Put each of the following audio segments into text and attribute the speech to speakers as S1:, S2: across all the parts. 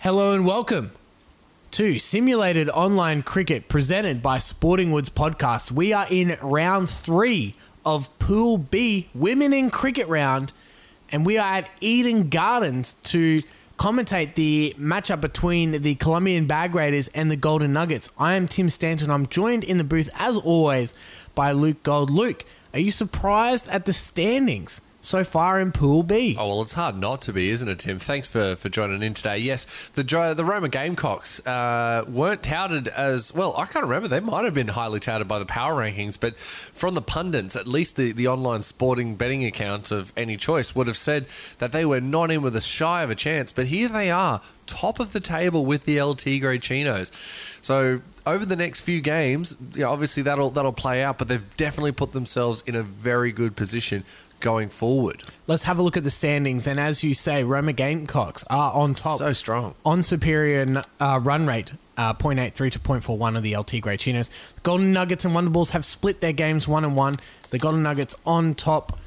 S1: Hello and welcome to Simulated Online Cricket presented by Sporting Woods Podcast. We are in round three of Pool B Women in Cricket Round, and we are at Eden Gardens to commentate the matchup between the Colombian Bag Raiders and the Golden Nuggets. I am Tim Stanton. I'm joined in the booth, as always, by Luke Gold. Luke, are you surprised at the standings so far in Pool B?
S2: Oh well, it's hard not to be, isn't it, Tim? Thanks for, for joining in today. Yes, the Dro- the Roma Gamecocks uh, weren't touted as well. I can't remember; they might have been highly touted by the power rankings, but from the pundits, at least the, the online sporting betting account of any choice would have said that they were not in with a shy of a chance. But here they are, top of the table with the El Tigre Chinos. So over the next few games, you know, obviously that'll that'll play out, but they've definitely put themselves in a very good position going forward.
S1: Let's have a look at the standings. And as you say, Roma Gamecocks are on top.
S2: So strong.
S1: On superior n- uh, run rate, uh, 0.83 to 0.41 of the LT Grey Chinos. The Golden Nuggets and Wonder Bulls have split their games 1 and 1. The Golden Nuggets on top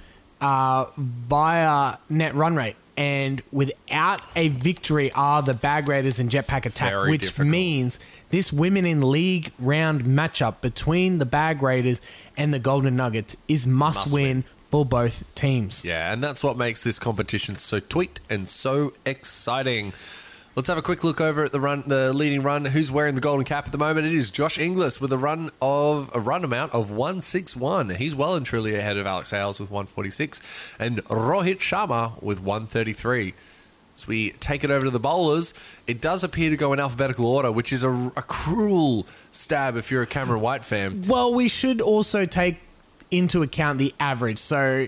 S1: uh, via net run rate. And without a victory are the Bag Raiders and Jetpack Attack,
S2: Very
S1: which
S2: difficult.
S1: means this Women in League round matchup between the Bag Raiders and the Golden Nuggets is must,
S2: Must
S1: win,
S2: win.
S1: for both teams.
S2: Yeah, and that's what makes this competition so tweet and so exciting. Let's have a quick look over at the run, the leading run. Who's wearing the golden cap at the moment? It is Josh Inglis with a run of a run amount of one six one. He's well and truly ahead of Alex Hales with one forty six, and Rohit Sharma with one thirty three. As we take it over to the bowlers, it does appear to go in alphabetical order, which is a, a cruel stab if you're a Cameron White fan.
S1: Well, we should also take into account the average. So,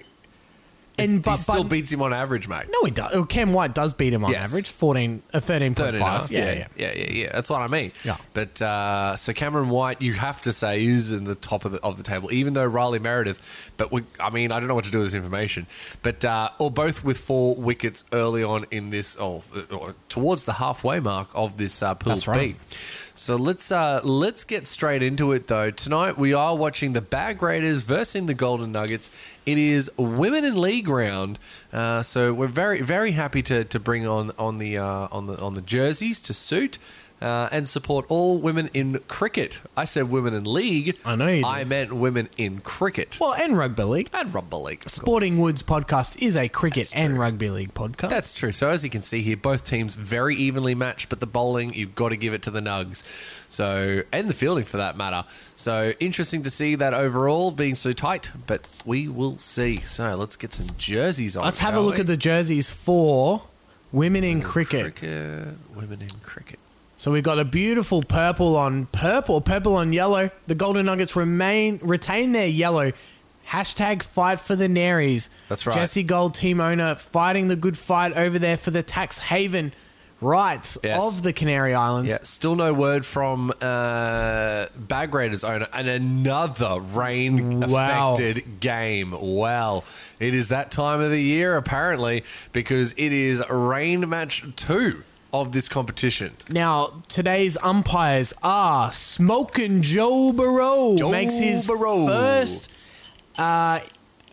S1: and
S2: he
S1: but,
S2: still
S1: but
S2: beats him on average, mate.
S1: no, he does. Oh, Cam White does beat him on
S2: Yes.
S1: average, fourteen, uh, thirteen point
S2: 13 and a half.
S1: five.
S2: Yeah, yeah, yeah, yeah, yeah. That's what I mean.
S1: Yeah.
S2: But uh, so Cameron White, you have to say, is in the top of the, of the table, even though Riley Meredith. But we, I mean, I don't know what to do with this information. But uh, or both with four wickets early on in this, or, or towards the halfway mark of this uh, pool
S1: That's right.
S2: B. So let's uh, let's get straight into it though. Tonight we are watching the Bag Raiders versus the Golden Nuggets. It is women in league round, uh, so we're very very happy to, to bring on on the uh, on the on the jerseys to suit. Uh, and support all women in cricket. I said women in league.
S1: I know you did.
S2: I meant women in cricket.
S1: Well, and rugby league.
S2: And rugby league. of
S1: Sporting
S2: course.
S1: Woods podcast is a cricket
S2: That's
S1: and
S2: true.
S1: rugby league podcast.
S2: That's true. So as you can see here, both teams very evenly matched, but the bowling you've got to give it to the Nugs. So and the fielding for that matter. So interesting to see that overall being so tight, but we will see. So let's get some jerseys on.
S1: Let's have a
S2: shall
S1: look
S2: we?
S1: at the jerseys for women in cricket.
S2: cricket. Women in cricket.
S1: So we've got a beautiful purple on purple, purple on yellow. The Golden Nuggets remain retain their yellow. Hashtag fight for the Nares.
S2: That's right.
S1: Jesse Gold, team owner, fighting the good fight over there for the tax haven rights
S2: Yes.
S1: of the Canary Islands.
S2: Yeah, still no word from uh, Bag Raiders owner, and another rain
S1: Wow.
S2: affected game. Wow, it is that time of the year apparently because it is rain match two of this competition.
S1: Now today's umpires are smoking Joe Burrow
S2: Joe
S1: makes his
S2: Burrow.
S1: first uh,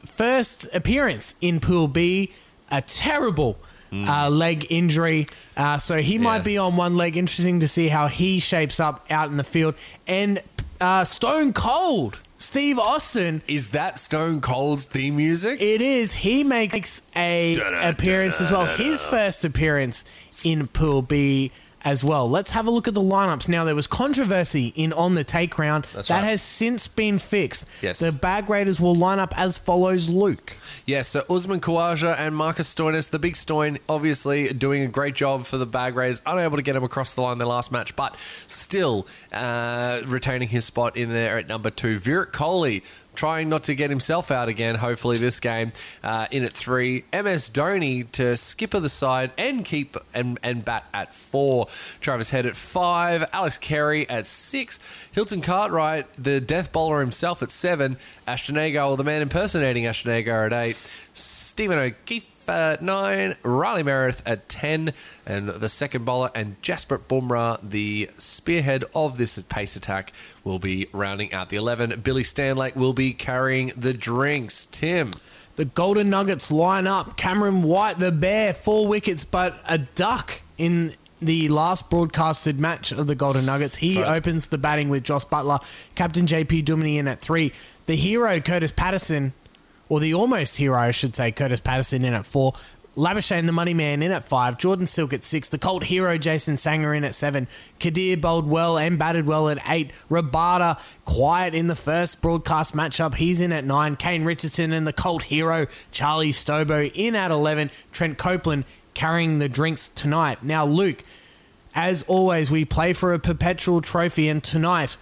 S1: first appearance in Pool B. A terrible uh, leg injury, uh, so he might be
S2: Hmm. Yes.
S1: on one leg. Interesting to see how he shapes up out in the field. And uh, Stone Cold Steve Austin.
S2: Is that Stone Cold's theme music?
S1: It is. He makes a appearance as well. His first appearance in Pool B as well. Let's have a look at the lineups. Now there was controversy in on the take round
S2: That's
S1: that
S2: right.
S1: has since been fixed.
S2: Yes.
S1: The bag raiders will line up as follows: Luke,
S2: Yes, so Usman Khawaja and Marcus Stoinis, the big Stoin, obviously doing a great job for the Bag Raiders, unable to get him across the line their last match, but still uh, retaining his spot in there at number two. Virat Kohli trying not to get himself out again, hopefully this game, uh, in at three. MS Dhoni to skipper the side and keep and, and bat at four. Travis Head at five. Alex Carey at six. Hilton Cartwright, the death bowler himself, at seven. Ashton Agar, or the man impersonating Ashton Agar, at eight. Stephen O'Keefe at nine. Riley Meredith at ten, and the second bowler and Jasper Bumrah, the spearhead of this pace attack, will be rounding out the eleven. Billy Stanlake will be carrying the drinks. Tim.
S1: the Golden Nuggets line up. Cameron White, the bear, four wickets, but a duck in the last broadcasted match of the Golden Nuggets. He
S2: That's right.
S1: opens the batting with Joss Butler, Captain JP Duminy in at three. The hero Curtis Patterson, or the almost hero, I should say, Curtis Patterson in at four. Labuschagne the Money Man in at five. Jordan Silk at six. The cult hero Jason Sanger in at seven. Kadir bowled well and batted well at eight. Rabada quiet in the first broadcast matchup. He's in at nine. Kane Richardson and the cult hero Charlie Stobo in at 11. Trent Copeland carrying the drinks tonight. Now, Luke, as always, we play for a perpetual trophy, and tonight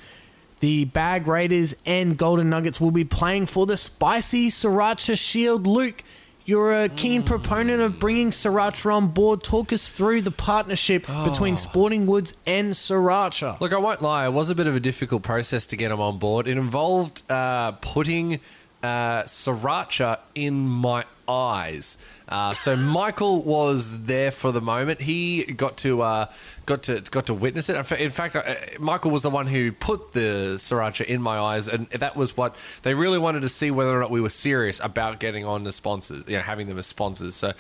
S1: the Bag Raiders and Golden Nuggets will be playing for the Spicy Sriracha Shield. Luke, you're a keen proponent of bringing Sriracha on board. Talk us through the partnership
S2: Oh.
S1: between Sporting Woods and Sriracha.
S2: Look, I won't lie. It was a bit of a difficult process to get him on board. It involved uh, putting uh, sriracha in my eyes. Uh, so Michael was there for the moment. He got to uh, got to got to witness it. In fa- In fact, uh, Michael was the one who put the sriracha in my eyes, and that was what they really wanted to see whether or not we were serious about getting on the sponsors, you know, having them as sponsors. So,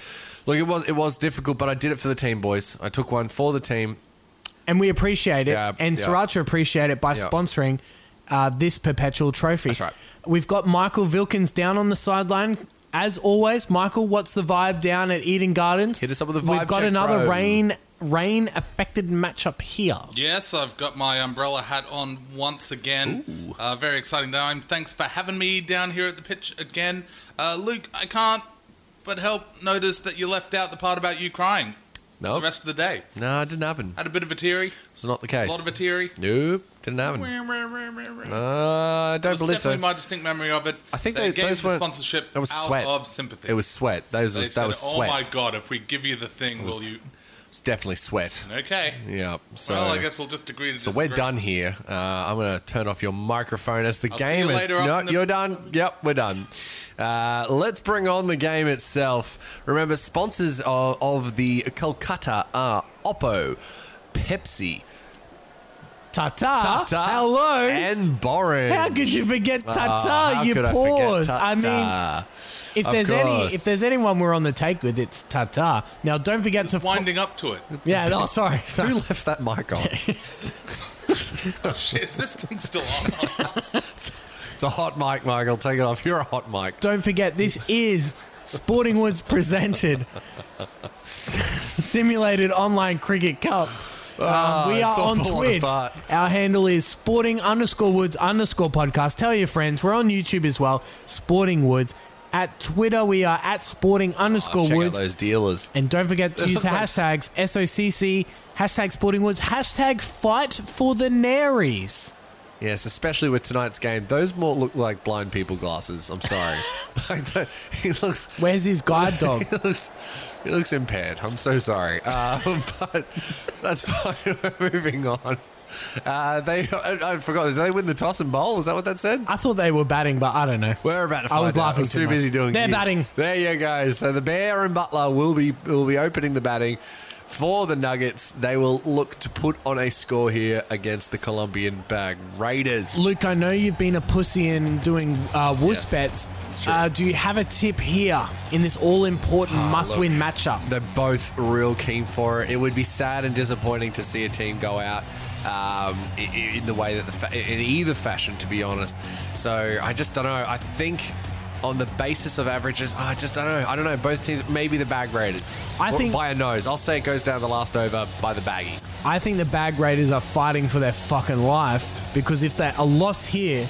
S2: look, it was it was difficult, but I did it for the team, boys. I took one for the team.
S1: And we appreciate it,
S2: Yeah,
S1: and
S2: yeah.
S1: Sriracha appreciate it by
S2: Yeah.
S1: sponsoring uh, this perpetual trophy.
S2: That's right.
S1: We've got Michael Vilkins down on the sideline. As always, Michael, what's the vibe down at Eden Gardens?
S2: Hit us up with the
S1: We've
S2: vibe
S1: got
S2: check,
S1: another
S2: bro.
S1: rain rain affected matchup here.
S3: Yes, I've got my umbrella hat on once again. Uh, very exciting time. Thanks for having me down here at the pitch again. Uh, Luke, I can't but help notice that you left out the part about you crying
S2: No,
S3: the rest of the day.
S2: no, it didn't happen.
S3: Had a bit of a teary,
S2: It's not the
S3: a
S2: case.
S3: lot of a teary.
S2: Nope, didn't happen.
S3: That
S2: Uh, I don't
S3: was
S2: believe
S3: definitely
S2: so.
S3: my distinct memory of it.
S2: I think
S3: they
S2: tho-
S3: gave
S2: those
S3: the
S2: weren't-
S3: sponsorship
S2: that was
S3: out
S2: sweat.
S3: of sympathy.
S2: It was sweat. Those
S3: They
S2: was,
S3: said,
S2: that was sweat.
S3: Oh my god, if we give you the thing, will you?
S2: It was definitely sweat.
S3: Okay.
S2: Yeah. So,
S3: well, I guess we'll just agree to
S2: so
S3: disagree.
S2: we're done here. Uh, I'm gonna turn off your microphone as the
S3: I'll see
S2: game
S3: you
S2: is.
S3: later up
S2: no,
S3: in the-
S2: you're done. Yep, we're done. Uh, let's bring on the game itself. Remember, sponsors of, of the Kolkata are Oppo, Pepsi,
S1: Ta ta.
S2: Tata,
S1: Hello.
S2: and Boring.
S1: how could you forget Tata?
S2: Uh, how
S1: you
S2: could I forget
S1: paused. I, mean,
S2: Tata?
S1: if
S2: Of
S1: there's any
S2: course.
S1: if there's anyone we're on the take with, it's Tata. Now, don't forget to find.
S3: Winding up to it.
S1: yeah. Oh, sorry.
S2: Who
S1: Sorry.
S2: left that mic on?
S3: Oh, Shit, is this thing still on?
S2: It's a hot mic, Michael. Take it off. You're a hot mic.
S1: Don't forget, this is Sporting Woods presented s- simulated online cricket cup. Um,
S2: Ah,
S1: we
S2: it's
S1: are
S2: all
S1: on
S2: falling
S1: Twitch.
S2: apart.
S1: Our handle is sporting underscore woods underscore podcast. Tell your friends. We're on YouTube as well, Sporting Woods. At Twitter, we are at sporting underscore
S2: Ah, Check out
S1: woods.
S2: those dealers.
S1: And don't forget to use the hashtags SOCC, hashtag sporting woods, hashtag fight for the Nares.
S2: Yes, especially with tonight's game. Those more look like blind people glasses. I'm sorry. like the, he looks.
S1: Where's his guide dog?
S2: He looks, he looks impaired. I'm so sorry. Uh, but that's fine. We're moving on. Uh, they, I, I forgot. Did they win the toss and bowl? Is that what that said?
S1: I thought they were batting, but I don't know.
S2: We're about to
S1: I
S2: find
S1: was
S2: out.
S1: laughing
S2: I was
S1: too
S2: too
S1: much.
S2: busy doing.
S1: They're
S2: you.
S1: batting.
S2: There you go. So the Bear and Butler will be will be opening the batting for the Nuggets. They will look to put on a score here against the Colombian Bag Raiders.
S1: Luke, I know you've been a pussy in doing uh, wuss
S2: Yes,
S1: bets.
S2: it's true. Ah,
S1: Uh, do you have a tip here in this all-important must-win
S2: look.
S1: matchup?
S2: They're both real keen for it. It would be sad and disappointing to see a team go out um, i- i- in the way that the fa- in either fashion, to be honest. So I just don't know. I think on the basis of averages, I just don't know. I don't know. Both teams, maybe the Bag Raiders.
S1: I
S2: Or
S1: think-
S2: by a nose. I'll say it goes down the last over by the baggy.
S1: I think the Bag Raiders are fighting for their fucking life because if they a loss here,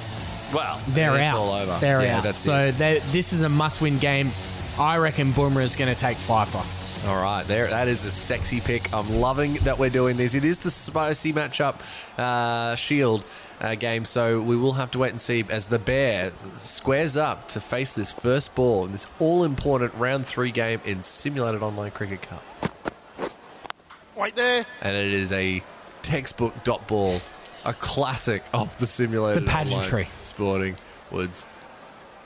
S2: Well,
S1: they're
S2: it's
S1: out.
S2: all over.
S1: They're
S2: yeah,
S1: out.
S2: That's
S1: so
S2: it.
S1: they, this is a must-win game. I reckon Boomer is going to take Pfeiffer.
S2: All right, there. That is a sexy pick. I'm loving that we're doing these. It is the spicy matchup uh, shield uh, game, so we will have to wait and see as the bear squares up to face this first ball in this all-important round three game in simulated online cricket cup.
S4: Right there.
S2: And it is a textbook dot ball, a classic of the simulated
S1: The pageantry.
S2: online sporting woods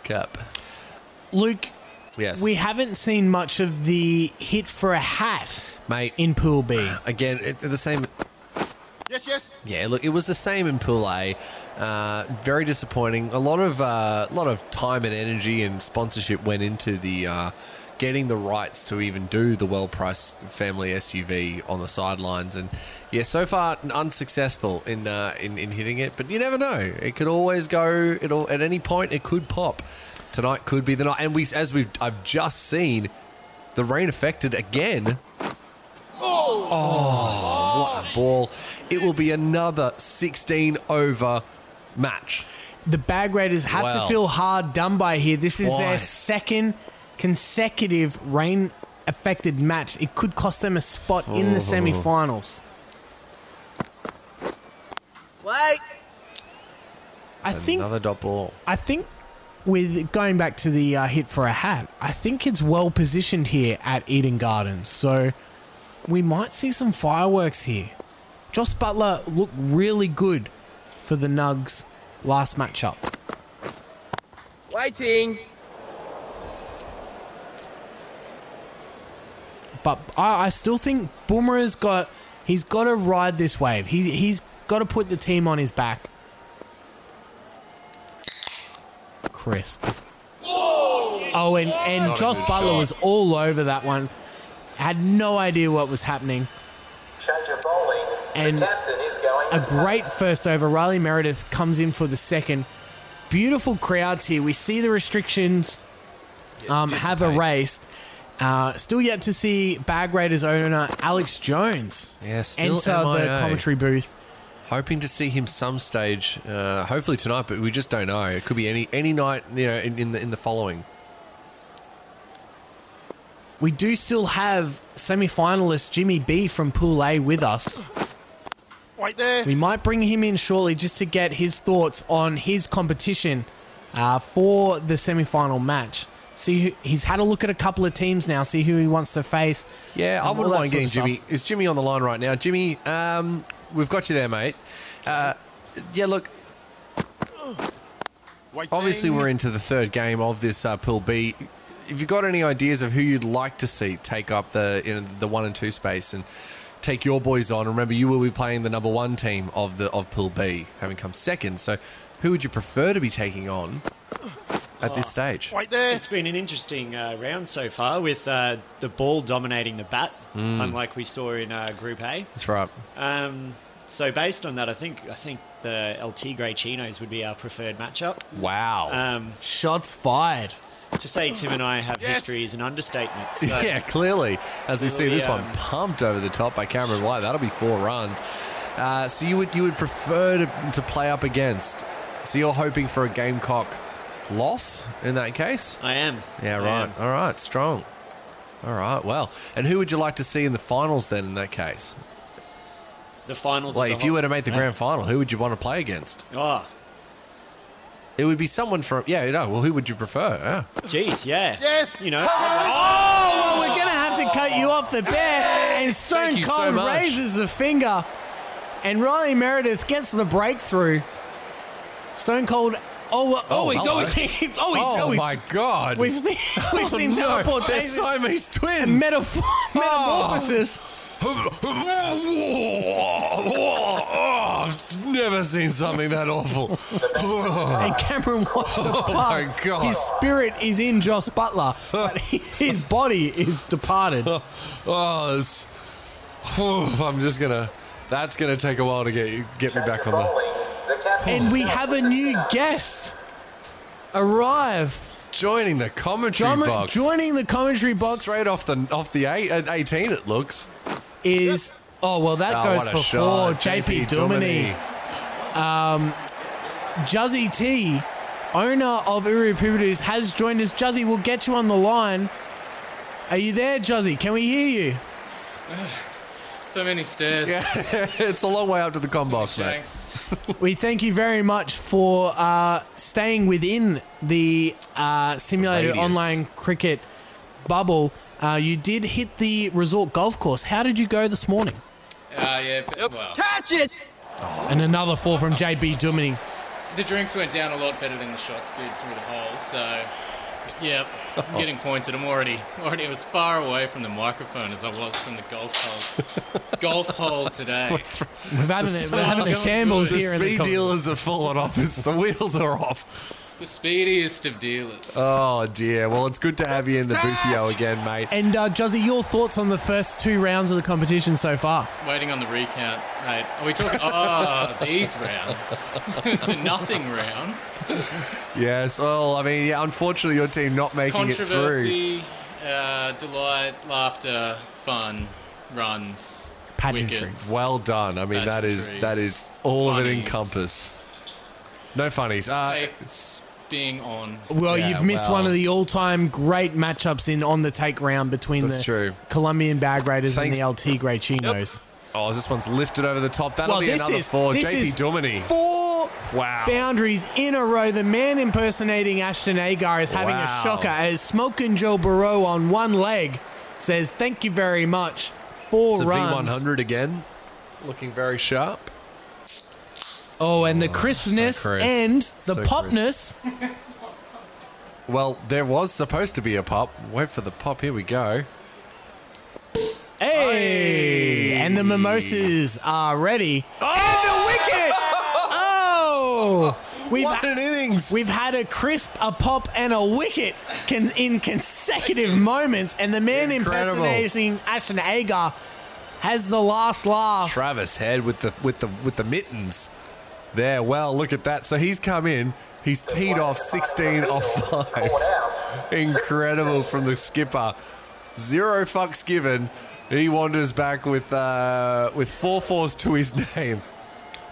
S2: cup.
S1: Luke,
S2: Yes,
S1: we haven't seen much of the hit for a hat
S2: mate.
S1: in Pool B.
S2: Again, it, the same
S4: Yes, yes.
S2: Yeah, look, it was the same in Pool A. Uh, very disappointing. A lot of uh, lot of time and energy and sponsorship went into the uh, getting the rights to even do the well priced family SUV on the sidelines. And yeah, so far unsuccessful in, uh, in in hitting it, but you never know. It could always go. It'll at any point it could pop. Tonight could be the night, and we as we have I've just seen the rain affected again. Oh, what a ball! It will be another 16 over match.
S1: The bag raiders have
S2: Wow.
S1: to feel hard done by here. This is their
S2: Twice.
S1: second consecutive rain affected match. It could cost them a spot in the semifinals.
S5: Wait.
S1: I think
S2: another dot ball.
S1: I think with going back to the uh, hit for a hat, I think it's well positioned here at Eden Gardens. So we might see some fireworks here. Joss Butler looked really good for the Nugs last matchup.
S5: Waiting.
S1: But I, I still think Boomer's got he's got to ride this wave. He, he's got to put the team on his back. Crisp. Oh, and, and
S2: Not a
S1: Joss
S2: good
S1: Butler
S2: shot.
S1: was all over that one. Had no idea what was happening.
S6: Change of bowling.
S1: And
S6: the captain is going
S1: A
S6: to
S1: great first over. Riley Meredith comes in for the second. Beautiful crowds here. We see the restrictions um, have
S2: dissipate.
S1: erased. Uh, still yet to see Bag Raiders owner Alex Jones
S2: Yeah, still
S1: enter
S2: MIA.
S1: the commentary booth.
S2: Hoping to see him some stage, uh, hopefully tonight, but we just don't know. It could be any any night, you know, in, in the in the following.
S1: We do still have semi-finalist Jimmy B from Pool A with us.
S4: Wait there.
S1: We might bring him in shortly just to get his thoughts on his competition uh, for the semi-final match. See, who, he's had a look at a couple of teams now. See who he wants to face.
S2: Yeah, I
S1: and
S2: wouldn't
S1: all that
S2: mind
S1: sort
S2: getting
S1: of
S2: Jimmy.
S1: stuff.
S2: Is Jimmy on the line right now? Jimmy, um, we've got you there, mate. Uh, yeah, look,
S4: Waiting.
S2: obviously we're into the third game of this uh, Pool B. Have you got any ideas of who you'd like to see take up the you know, the one and two space and take your boys on? Remember, you will be playing the number one team of the of Pool B, having come second. So, who would you prefer to be taking on at this stage?
S4: Wait there.
S7: It's been an interesting uh, round so far with uh, the ball dominating the bat,
S2: Mm.
S7: unlike we saw in uh, Group A.
S2: That's right.
S7: Um, so based on that, I think I think the El Tigre Chinos would be our preferred matchup.
S2: Wow.
S7: Um,
S1: Shots fired.
S7: to say Tim and I have
S4: Yes.
S7: history is an understatement. So
S2: yeah, clearly. As we see
S7: Clearly,
S2: this one
S7: um,
S2: pumped over the top by Cameron White, that'll be four runs. Uh, so you would you would prefer to, to play up against? So you're hoping for a Gamecock loss in that case?
S7: I am. Um,
S2: Yeah,
S7: I
S2: right.
S7: am.
S2: All right, strong. All right, well, and who would you like to see in the finals then? In that case,
S7: The finals.
S2: like
S7: of
S2: if
S7: the
S2: you
S7: whole-
S2: were to make the grand final, who would you want to play against?
S7: Oh,
S2: It would be someone from yeah, you know. Well, who would you prefer? Yeah.
S7: jeez, yeah.
S4: Yes.
S7: You know.
S1: Well, Oh, we're gonna have to cut you off the bear, and Stone
S2: you so
S1: Cold
S2: much.
S1: raises the finger, and Riley Meredith gets the breakthrough. Stone Cold. Oh, oh, he's
S2: hello.
S1: always, oh, he's
S2: Oh
S1: always.
S2: my God! Oh,
S1: We've seen, we've seen
S2: no, they're
S1: teleportation,
S2: Siamese twins.
S1: metaphor, metamorphosis.
S2: I've never seen something that awful.
S1: and Cameron wants to
S2: Oh
S1: pump.
S2: my God.
S1: His spirit is in Joss Butler, but his body is departed.
S2: Oh, it's, I'm just gonna. That's gonna take a while to get get me back on the.
S6: bowling. The captain
S1: And we have a new guest arrive,
S2: Joining the commentary
S1: Drum-
S2: box.
S1: joining the commentary box
S2: Straight off the off the eight, at 18, it looks.
S1: is. Oh well, that
S2: Oh,
S1: goes
S2: what a
S1: for
S2: shot.
S1: four. JP Duminy, Juzzy T, owner of Irreprobatives, has joined us. Juzzy, we'll get you on the line. Are you there, Juzzy? Can we hear you?
S8: So many stairs.
S2: it's a long way up to the com box, mate.
S8: Shanks.
S1: We thank you very much for uh, staying within the uh, simulated
S2: Radius.
S1: online cricket bubble. Uh, you did hit the resort golf course. How did you go this morning?
S8: Uh, yeah, but,
S4: Yep.
S8: well,
S5: Catch it.
S1: And another four from JB Duminy.
S8: the drinks went down a lot better than the shots did through the hole. So, yep, I'm
S2: Oh.
S8: getting pointed. I'm already already as far away from the microphone as I was from the golf hole. golf hole today.
S1: We're having a, we're having a
S8: Going
S1: shambles
S8: good.
S2: The
S1: here. in the
S2: speed
S1: com-
S2: dealers have fallen off. It's, the wheels are off.
S8: The speediest of dealers.
S2: Oh dear. Well, it's good to have you in the boothio again, mate.
S1: And uh, Juzzy, your thoughts on the first two rounds of the competition so far?
S8: Waiting on the recount, mate. Are we talking? Oh, these rounds. Nothing rounds.
S2: Yes. Well, I mean, yeah. Unfortunately, your team not making it through.
S8: Controversy, uh, delight, laughter, fun, runs,
S1: Pageantry.
S8: wickets.
S2: Well done. I mean, that is
S8: Pageantry.
S2: that is all of it
S8: Funnies.
S2: encompassed. No funnies. Uh,
S8: Takes being on.
S1: Well,
S2: Yeah,
S1: you've missed
S2: well.
S1: one of the all-time great matchups in on the take round between
S2: That's
S1: the
S2: true.
S1: Colombian bag raiders
S2: Thanks.
S1: and the LT Grey Chinos.
S2: oh, this one's lifted over the top. That'll
S1: Well,
S2: be
S1: this
S2: another
S1: is-
S2: four.
S1: this
S2: JP
S1: is
S2: Duminy.
S1: Four
S2: Wow.
S1: boundaries in a row. The man impersonating Ashton Agar is having
S2: Wow.
S1: a shocker as Smoking Joe Burrow on one leg says, "Thank you very much." Four
S2: It's a
S1: runs.
S2: V100 again. Looking very sharp.
S1: Oh, and the crispness
S2: so crisp.
S1: and the
S2: So
S1: popness.
S2: Well, there was supposed to be a pop. Wait for the pop. Here we go.
S1: Hey! And the mimosas are ready. And the wicket! Oh! We've,
S2: What an innings!
S1: we've had a crisp, a pop, and a wicket con- in consecutive moments, and the man
S2: Incredible.
S1: impersonating Ashton Agar has the last laugh.
S2: Travis Head with the with the with the mittens. There. Well, look at that. So he's come in. He's teed off 16 off five.
S6: Caught out.
S2: Incredible from the skipper. Zero fucks given. He wanders back with uh, with four fours to his name.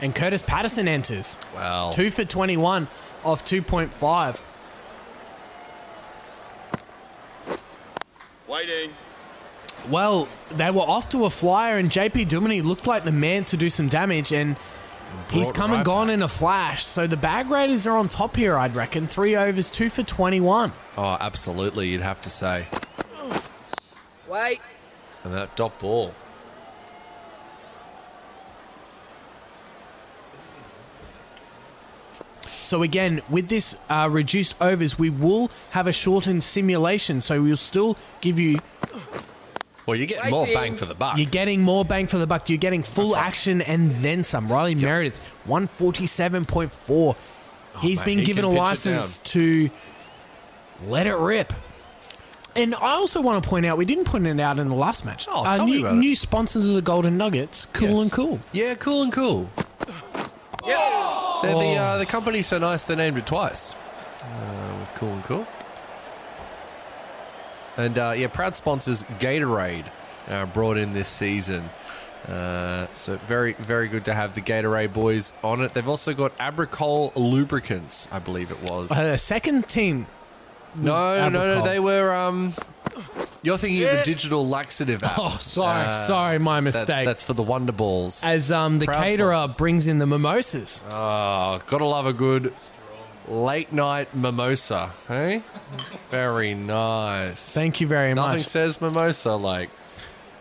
S1: And Curtis Patterson enters.
S2: Wow.
S1: Two for 21 off 2.5.
S4: Waiting.
S1: Well, they were off to a flyer, and JP Duminy looked like the man to do some damage, and he's
S2: brought
S1: come
S2: right
S1: and gone in a flash. So the bag raiders are on top here, I'd reckon. Three overs, two for 21.
S2: Oh, absolutely. You'd have to say.
S5: Wait.
S2: And that dot ball.
S1: So again, with this uh, reduced overs, we will have a shortened simulation. So we'll still give you,
S2: Well, you get more
S5: Waiting.
S2: bang for the buck.
S1: you're getting more bang for the buck. You're getting full action and then some. Riley Meredith, 147.4. He's
S2: Oh, mate,
S1: been
S2: he
S1: given a
S2: can pitch it down.
S1: license to let it rip. And I also want to point out, we didn't point it out in the last match. Uh,
S2: Oh, tell me
S1: new,
S2: about it.
S1: new sponsors of the Golden Nuggets, Cool
S2: Yes.
S1: and Cool.
S2: Yeah, cool and cool.
S5: Yeah.
S2: They're the
S1: Oh.
S2: uh, the company's so nice they named it twice. Uh, with cool and cool. And uh, yeah, proud sponsors Gatorade uh, brought in this season. Uh, so very very good to have the Gatorade boys on it. They've also got Abricol lubricants, I believe it was.
S1: Uh, second team.
S2: no, no, no,
S1: Abricol.
S2: they were. Um, you're thinking of the digital laxative app.
S1: Oh, sorry,
S2: Uh,
S1: sorry, my mistake.
S2: That's, that's for the Wonder Balls.
S1: As um, the
S2: Proud
S1: caterer
S2: sponsors.
S1: brings in the mimosas.
S2: Oh, gotta love a good late night mimosa, hey? Very nice.
S1: Thank you very
S2: Nothing
S1: much.
S2: says mimosa like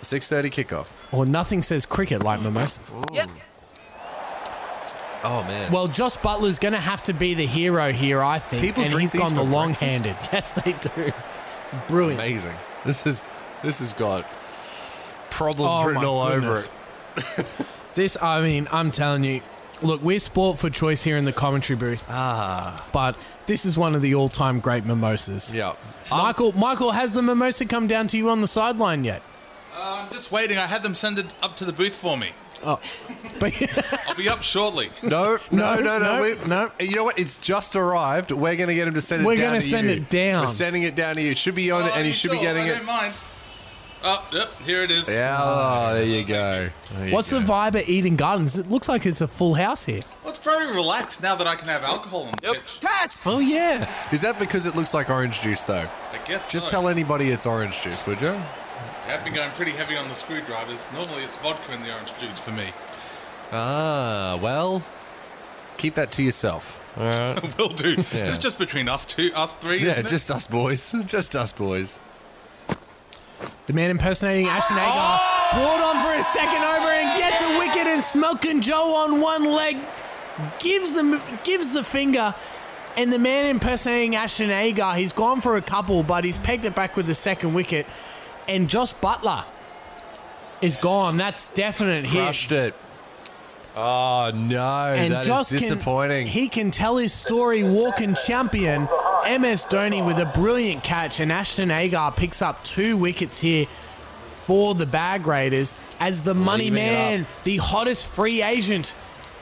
S2: six thirty kickoff.
S1: or nothing says cricket like mimosas.
S5: Yep.
S2: Oh man.
S1: Well, Josh Butler's going to have to be the hero here, I think.
S2: People
S1: and
S2: drink
S1: he's
S2: these
S1: gone
S2: for
S1: the long-handed. Yes, they do. It's brilliant.
S2: amazing. This is this has got problems
S1: Oh,
S2: written
S1: my
S2: all
S1: goodness. This, I mean, I'm telling you. Look, we're sport for choice here in the commentary booth. Ah. But this is one of the all-time great mimosas.
S2: over it. Yeah.
S1: Michael, Michael, has the mimosa come down to you on the sideline yet?
S3: I'm just waiting. I had them send it up to the booth for me.
S1: But
S3: I'll be up shortly.
S2: No, no, no, no,
S1: no,
S2: no, no. You know what? It's just arrived. We're going to get him to send it
S1: We're
S2: down
S1: gonna
S2: to
S1: send
S2: you.
S1: it down.
S2: We're sending it down to you. It should be on
S3: Oh,
S2: it, and you should be
S3: sure?
S2: getting
S3: I
S2: it.
S3: don't mind. Oh, yep, here it is.
S2: Yeah, oh, there you go. There you
S1: what's the
S2: go.
S1: vibe at Eden Gardens? It looks like it's a full house here.
S3: Well, it's very relaxed now that I can have alcohol in the
S4: Yep.
S3: pitch.
S5: Catch.
S2: Oh yeah. Is that because it looks like orange juice though?
S3: I guess
S2: Just
S3: so.
S2: tell anybody it's orange juice, would you?
S3: I've been going pretty heavy on the screwdrivers. Normally it's vodka in the orange juice for me.
S1: Uh,
S2: Ah, well, keep that to yourself. All right.
S3: Will do.
S2: Yeah.
S3: It's just between us two, us three.
S2: yeah,
S3: isn't it?
S2: just us boys. Just us boys.
S1: The man impersonating Ashton Agar brought on for his second over and gets a wicket and Smoking Joe on one leg gives the gives the finger and the man impersonating Ashton Agar he's gone for a couple but he's pegged it back with the second wicket and Josh Butler is gone that's definite here
S2: Crushed it. Oh no,
S1: and
S2: that is
S1: Joss
S2: disappointing.
S1: Can, he can tell his story walking champion. MS Dhoni with a brilliant catch, and Ashton Agar picks up two wickets here for the Bag Raiders as the money
S2: Leaving it
S1: man, the hottest free agent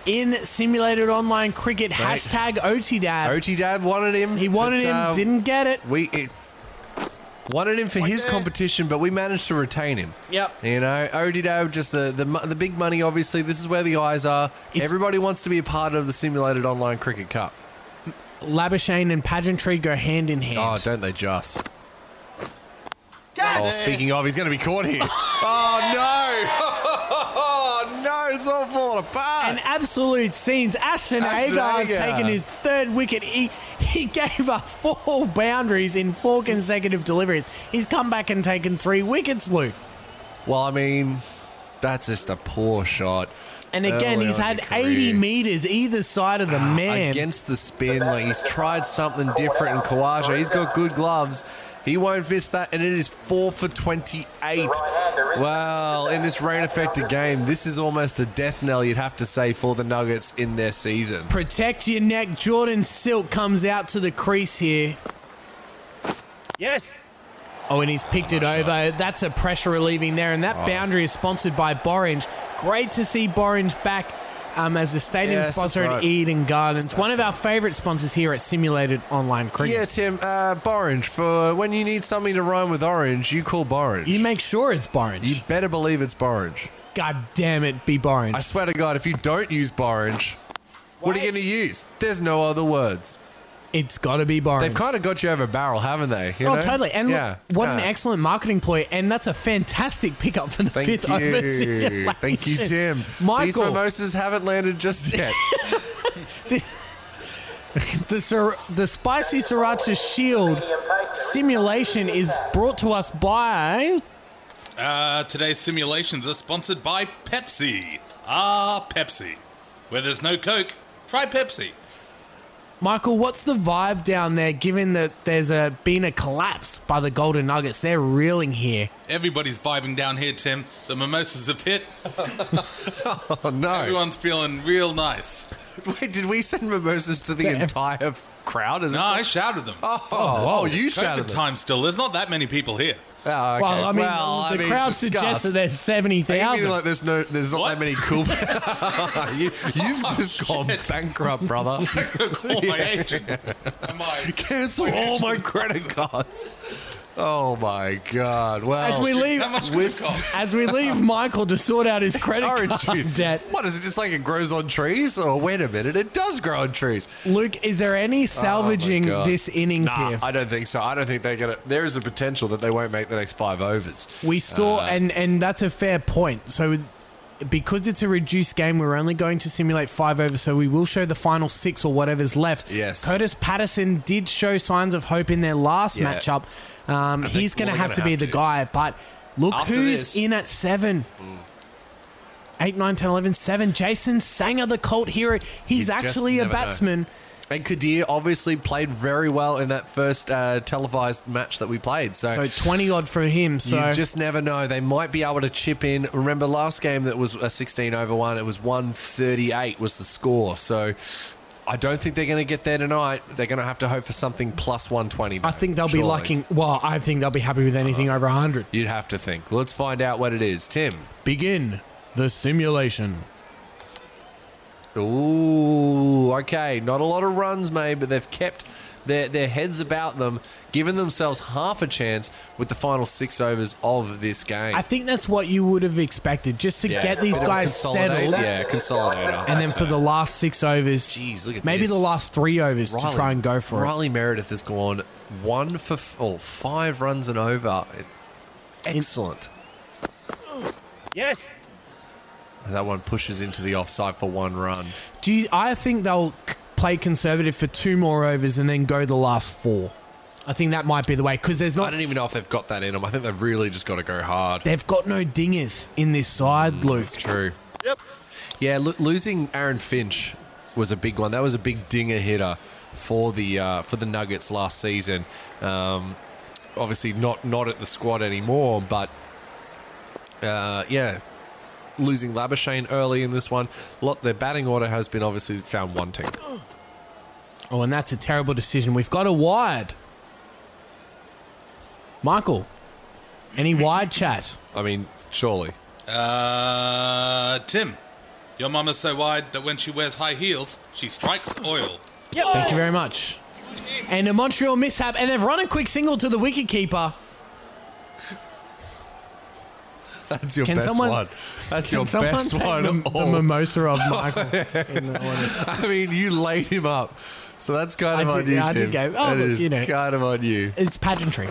S1: in simulated online cricket. Hashtag OTDAB.
S2: OT Dad wanted him.
S1: he wanted
S2: but,
S1: him,
S2: uh,
S1: didn't get it.
S2: We it, wanted him for his competition, but we managed to retain him.
S8: Yep.
S2: You know, Odido, just the, the mo- the big money. Obviously, this is where the eyes are.
S1: It's-
S2: Everybody wants to be a part of the simulated online cricket cup.
S1: Labuschagne and pageantry go hand in hand.
S2: Oh, don't they just?
S5: Get
S2: Oh,
S5: there.
S2: speaking of, he's going to be caught here. oh no! Oh no! It's all falling apart.
S1: an absolute scenes. Ashton
S2: Ashton
S1: Agar's
S2: Agar.
S1: taken his third wicket. He he gave up four boundaries in four consecutive deliveries. He's come back and taken three wickets, Luke.
S2: well, I mean, that's just a poor shot.
S1: And again,
S2: Early
S1: he's
S2: on in
S1: had
S2: your
S1: 80
S2: career. Ah,
S1: meters either side of the man.
S2: against the spin. Like he's tried something different. And Kawaja, he's got good gloves. He won't miss that, and it is four for twenty-eight. Well, in this rain-affected game, this is almost a death knell. You'd have to say for the Nuggets in their season.
S1: Protect your neck. Jordan Silk comes out to the crease here.
S5: Yes.
S1: Oh, and he's picked it over. That's a pressure relieving there. And that boundary is sponsored by Borange. Great to see Borange back um, as a stadium
S2: Yes, that's
S1: sponsor
S2: right.
S1: at Eden Gardens. One of our favourite sponsors here at Simulated Online Cricket.
S2: Yeah, Tim. Uh, Borange. For when you need something to rhyme with orange, you call Borange.
S1: You make sure it's Borange.
S2: You better believe it's Borange.
S1: God damn it, be
S2: I
S1: Borange.
S2: swear to God, if you don't use Borange, what are you going to use? There's no other words.
S1: It's got to be Borange.
S2: They've kind of got you over a barrel, haven't they? You
S1: Oh,
S2: know?
S1: totally. And look,
S2: Yeah,
S1: what an
S2: yeah.
S1: excellent marketing ploy. And that's a fantastic pickup for the
S2: Thank
S1: fifth
S2: you.
S1: over simulation.
S2: Thank you, Tim. These
S1: Michael.
S2: mimosas haven't landed just yet.
S1: The, sir- the Spicy Sriracha Shield simulation is brought to us by.
S3: Uh, today's simulations are sponsored by Pepsi. Ah, Pepsi. Where there's no Coke, try Pepsi.
S1: Michael, what's the vibe down there given that there's a, been a collapse by the Golden Nuggets? They're reeling here.
S3: Everybody's vibing down here, Tim. The mimosas have hit.
S2: oh, no.
S3: Everyone's feeling real nice.
S2: Wait, did we send mimosas to the entire crowd? Is
S3: No,
S2: this-
S3: I shouted them.
S2: Oh, oh, you
S3: COVID
S2: shouted them.
S3: time still. There's not that many people here.
S2: Oh, okay.
S1: Well, I mean,
S2: Well,
S1: the
S2: I mean,
S1: crowd
S2: discuss.
S1: suggests that there's
S2: Are you
S1: 70,000.
S2: meaning like there's no, there's not
S3: What?
S2: that many cool. you, you've just gone
S3: shit.
S2: bankrupt, brother.
S3: Call my agent. Am I?
S2: Cancel all my credit cards. Oh my god! Well,
S1: As we leave,
S3: How much could
S2: With-
S3: it cost?
S1: as we leave Michael to sort out his credit
S2: Orange
S1: card
S2: juice.
S1: debt,
S2: What is it? Just like it grows on trees? Oh, wait a minute! It does grow on trees.
S1: Luke, is there any salvaging
S2: Oh God.
S1: this innings
S2: Nah,
S1: here?
S2: I don't think so. I don't think they're gonna. There is a potential that they won't make the next five overs.
S1: we saw, and and that's a fair point. So. Because it's a reduced game, we're only going to simulate five overs, so we will show the final six or whatever's left.
S2: Yes.
S1: Curtis Patterson did show signs of hope in their last
S2: Yeah.
S1: matchup. Um,
S2: think
S1: he's going to
S2: we're
S1: have
S2: gonna
S1: to be
S2: have
S1: the
S2: to.
S1: guy, but look
S2: After
S1: who's
S2: this- Mm.
S1: in at seven. Eight, nine, ten, eleven, seven. Jason Sanger, the cult hero. He's
S2: just
S1: actually a
S2: never know.
S1: batsman.
S2: And Kadir obviously played very well in that first uh, televised match that we played. So.
S1: So 20 odd for him. So
S2: you just never know. They might be able to chip in. Remember last game that was a 16 over 1, it was 138 was the score. So I don't think they're going to get there tonight. They're going to have to hope for something plus 120.
S1: I
S2: though,
S1: think they'll be
S2: surely. Uh-huh.
S1: liking. Well, I think they'll be happy with anything over 100.
S2: You'd have to think. Let's find out what it is. Tim.
S1: Begin the simulation.
S2: Ooh, okay. Not a lot of runs made, but they've kept their, their heads about them, giving themselves half a chance with the final six overs of this game.
S1: I think that's what you would have expected, just to
S2: Yeah.
S1: get these
S2: Bit of
S1: guys
S2: consolidate-
S1: settled,
S2: Yeah, consolidator.
S1: and then for the last six overs,
S2: Jeez, look at
S1: maybe
S2: this.
S1: the last three overs to try and go for it.
S2: Riley Meredith has gone one for f- oh, five runs and over. It- Excellent.
S5: Yes.
S2: that one pushes into the offside for one run.
S1: Do you, I think they'll c- play conservative for two more overs and then go the last four. I think that might be the way because there's
S2: I
S1: not.
S2: don't even know if they've got that in them. I think they've really just got to go hard.
S1: They've got no dingers in this side, Luke.
S2: It's true.
S4: Yep.
S2: Yeah, lo- losing Aaron Finch was a big one. That was a big dinger hitter for the uh, for the Nuggets last season. Um, obviously, not not at the squad anymore, but uh, yeah, losing Labashane early in this one. Lot their batting order has been obviously found wanting.
S1: Oh, and that's a terrible decision. We've got a wide. Michael, any wide chat?
S2: I mean, surely.
S3: Uh, Tim, your mum is so wide that when she wears high heels, she strikes oil.
S1: Thank you very much. And a Montreal mishap, and they've run a quick single to the wicketkeeper.
S2: That's your
S1: Can
S2: best
S1: someone-
S2: one. That's
S1: Can
S2: your
S1: someone
S2: best
S1: take
S2: one.
S1: The,
S2: of
S1: the
S2: all.
S1: mimosa of Michael. in the order?
S2: I mean, you laid him up. So that's kind
S1: I
S2: of on
S1: did-
S2: you,
S1: I did
S2: Tim.
S1: go, oh,
S2: That
S1: look,
S2: is
S1: you know.
S2: kind of on you.
S1: It's pageantry.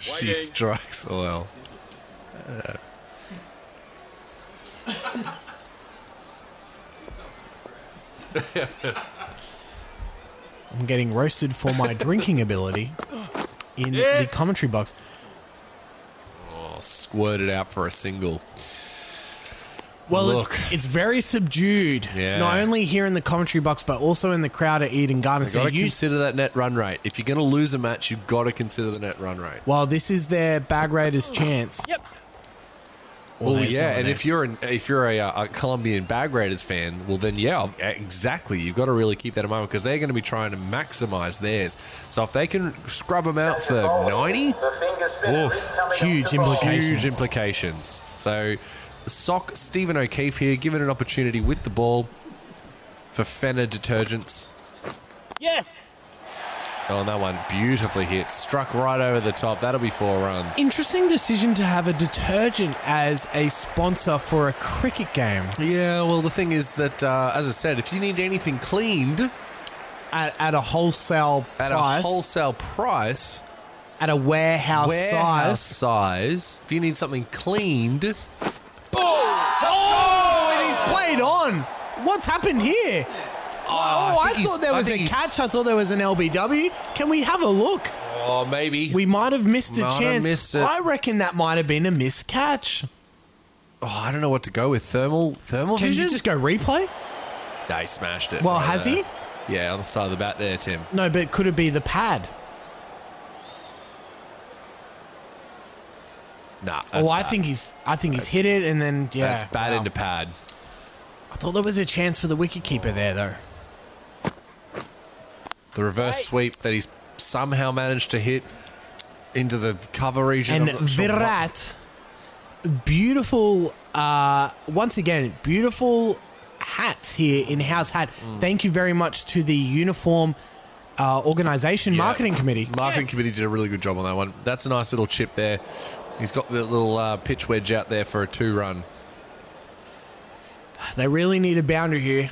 S2: She strikes oil.
S1: I'm getting roasted for my drinking ability in the commentary box.
S2: Oh, squirted out for a single.
S1: Well,
S2: Look.
S1: it's, it's very subdued.
S2: Yeah.
S1: Not only here in the commentary box, but also in the crowd at Eden Garden.
S2: You
S1: So
S2: got to
S1: you,
S2: consider that net run rate. If you're going to lose a match, you've got to consider the net run rate.
S1: while this is their bag raiders' chance.
S5: Yep.
S2: Well, yeah, and if you're an, if you're a, uh, a Colombian Bag Raiders fan, well then yeah, exactly. You've got to really keep that in mind because they're going to be trying to maximize theirs. So if they can scrub them out for ninety,
S6: The finger spinner
S2: Oof,
S6: is coming off
S1: huge
S6: the ball.
S1: implication.
S2: huge implications. So sock Stephen O'Keefe here, given an opportunity with the ball for Fenner detergents.
S5: Yes.
S2: Oh, and that one beautifully hit, struck right over the top. That'll be four runs.
S1: Interesting decision to have a detergent as a sponsor for a cricket game
S2: yeah, well, the thing is that, uh, as I said, if you need anything cleaned,
S1: at, at a wholesale
S2: at
S1: price,
S2: a wholesale price,
S1: at a warehouse,
S2: warehouse
S1: size.
S2: size. If you need something cleaned,
S1: Oh, and he's played on. What's happened here? Oh,
S2: I
S1: I,
S2: think he's-
S1: thought there
S2: I
S1: was a
S2: think he's-
S1: catch. I thought there was an LBW. Can we have a look?
S2: oh maybe
S1: We might have missed a
S2: Might have
S1: chance.
S2: missed it.
S1: I reckon that might have been a missed catch.
S2: Oh, I don't know what to go with thermal thermal
S1: Can
S2: vision.
S1: you just go replay?
S2: no, he smashed it.
S1: Well,
S2: right
S1: has
S2: there. Yeah, on the side of the bat there, Tim.
S1: No, but could it be the pad?
S2: Nah, that's
S1: oh, I
S2: bad.
S1: think he's. I think he's hit it, and then yeah.
S2: that's bad
S1: Wow.
S2: into pad.
S1: I thought there was a chance for the wicketkeeper there, though.
S2: The reverse sweep that he's somehow managed to hit into the cover region.
S1: and
S2: I'm not sure what-
S1: Virat, beautiful, uh, once again, beautiful hats here in house hat.
S2: Mm.
S1: Thank you very much to the uniform uh, organization
S2: Yeah.
S1: marketing committee.
S2: Marketing committee did a really good job on that one. That's a nice little chip there. He's got the little uh, pitch wedge out there for a two run.
S1: They really need a boundary here.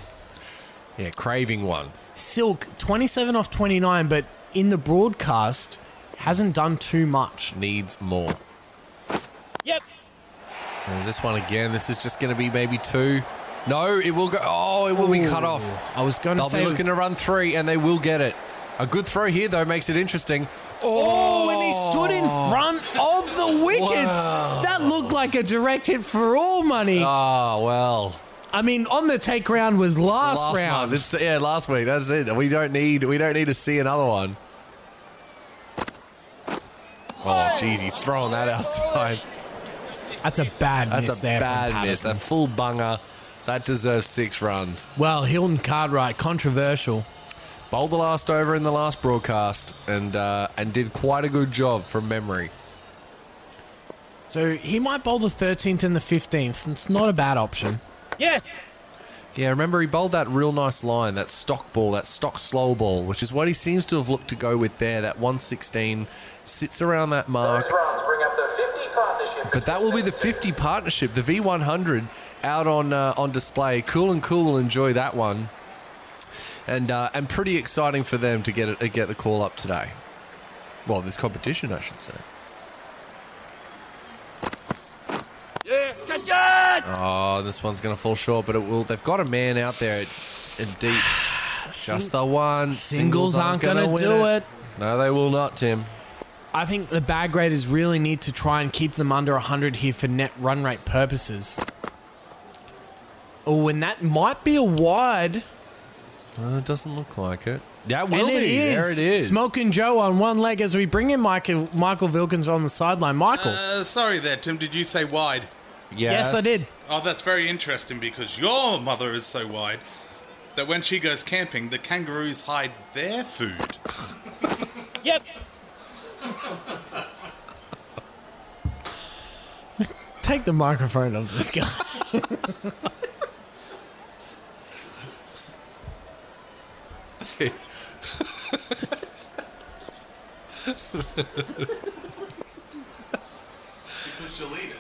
S2: Yeah, craving one.
S1: Silk, 27 off 29, but in the broadcast, hasn't done too much.
S2: Needs more.
S5: Yep.
S2: And is this one again? This is just going to be maybe two. No, it will go. Oh, it will be cut off.
S1: I was going to
S2: They'll
S1: say.
S2: be looking to run three, and they will get it. A good throw here, though, makes it interesting.
S1: Oh, and he stood in front of the wickets.
S2: Wow.
S1: That looked like a direct hit for all money.
S2: Ah, well.
S1: I mean, on the take round was last, round.
S2: month. It's, yeah, last week. That's it. We don't need. We don't need to see another one. Oh, jeez, he's throwing that outside.
S1: That's a bad miss
S2: That's a
S1: there from
S2: bad miss.
S1: Patterson.
S2: A full bunger. That deserves six runs.
S1: Well, Hilton Cartwright, controversial.
S2: Bowled the last over in the last broadcast, and uh, and did quite a good job from memory.
S1: So he might bowl the 13th and the 15th. It's not a bad option.
S5: Yes.
S2: Yeah, remember he bowled that real nice line, that stock ball, that stock slow ball, which is what he seems to have looked to go with there. That 116 sits around that mark.
S6: Those runs bring up the 50 partnership.
S2: But that will be the 50 partnership, the V100 out on uh, on display. Cool and cool will enjoy that one. And uh, and pretty exciting for them to get it, uh, get the call up today. Well, this competition, I should say.
S4: Yeah. Gadget!
S2: Oh, this one's going to fall short, but it will. They've got a man out there at, at deep. Just the one.
S1: Singles aren't
S2: gonna
S1: going to
S2: win
S1: do it.
S2: No, they will not, Tim.
S1: I think the bag graders really need to try and keep them under 100 here for net run rate purposes. Oh, and that might be a wide.
S2: Uh, it doesn't look like it. That
S1: And
S2: will
S1: it
S2: be.
S1: is.
S2: There it is.
S1: Smoking Joe on one leg as
S2: Uh,
S1: we bring in Michael, Michael Vilkins on the sideline. Michael.
S3: Uh, sorry there, Tim. Did you say wide?
S1: Yes, I did.
S3: Oh, that's very interesting because your mother is so wide that when she goes camping, the kangaroos hide their food.
S5: Yep.
S1: Take the microphone off this guy.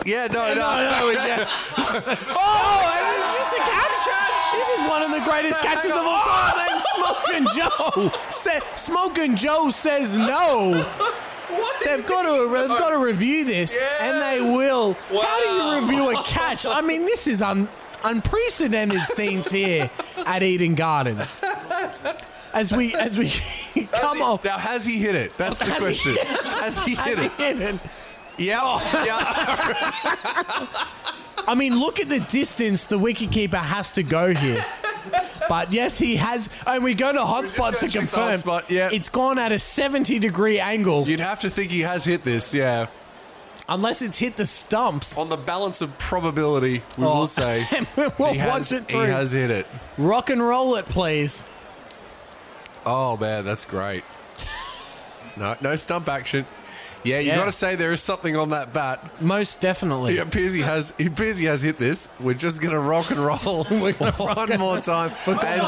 S2: Yeah, no, no, no.
S1: oh, is this a catch? Oh. This is one of the greatest catches of all time. And Smoke and Joe say, Smoke and Joe says no. They've got to they've got to review this, and they will. How do you review a catch? I mean, this is un, unprecedented scenes here at Eden Gardens. As we as we come
S2: Has he-
S1: off,
S2: Now, has he hit it? That's the
S1: Has he-
S2: question. has he hit it?
S1: Eden.
S2: Yeah. oh, yeah.
S1: I mean, look at the distance the wicketkeeper has to go here. But yes, he has, and we go to hotspot to
S2: gonna check the
S1: confirm.
S2: hotspot, yeah.
S1: It's gone at a seventy-degree angle,
S2: You'd have to think he has hit this, yeah.
S1: unless it's hit the stumps.
S2: On the balance of probability, we
S1: Oh.
S2: will say
S1: And we'll watch
S2: he, has,
S1: it
S2: he
S1: through.
S2: has hit it.
S1: Rock and roll it, please.
S2: Oh man, that's great. No, no stump action. Yeah, you
S1: Yeah.
S2: got to say there is something on that bat.
S1: Most definitely.
S2: It appears he has. It appears he has hit this. We're just gonna rock and roll one more time. And,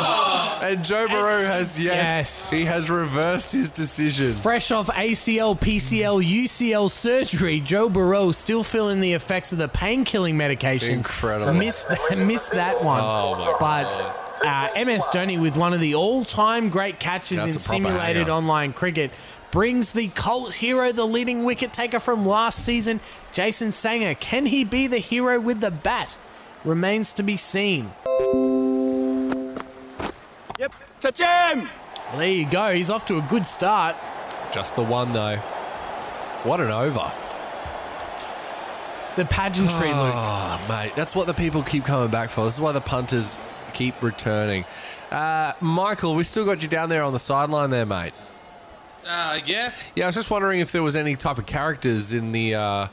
S2: and Joe Burrow has yes,
S1: Yes.
S2: He has reversed his decision.
S1: Fresh off ACL, PCL, UCL surgery, Joe Burrow still feeling the effects of the painkilling medications.
S2: Incredible.
S1: Missed, th- missed that one.
S2: Oh, my
S1: but uh, MS Dhoni with one of the all-time great catches
S2: That's
S1: in
S2: a proper
S1: simulated
S2: hanger.
S1: online cricket brings the Colts hero, the leading wicket taker from last season, Jason Sanger. Can he be the hero with the bat? Remains to be seen.
S4: Ka-jam!
S1: Well, there you go. He's off to a good start.
S2: Just the one though. What an over,
S1: The pageantry, Luke.
S2: oh, mate. That's what the people keep coming back for. This is why the punters keep returning. Uh, Michael, we still got you down there on the sideline there, mate.
S3: Uh, yeah.
S2: Yeah, I was just wondering if there was any type of characters in the. Uh...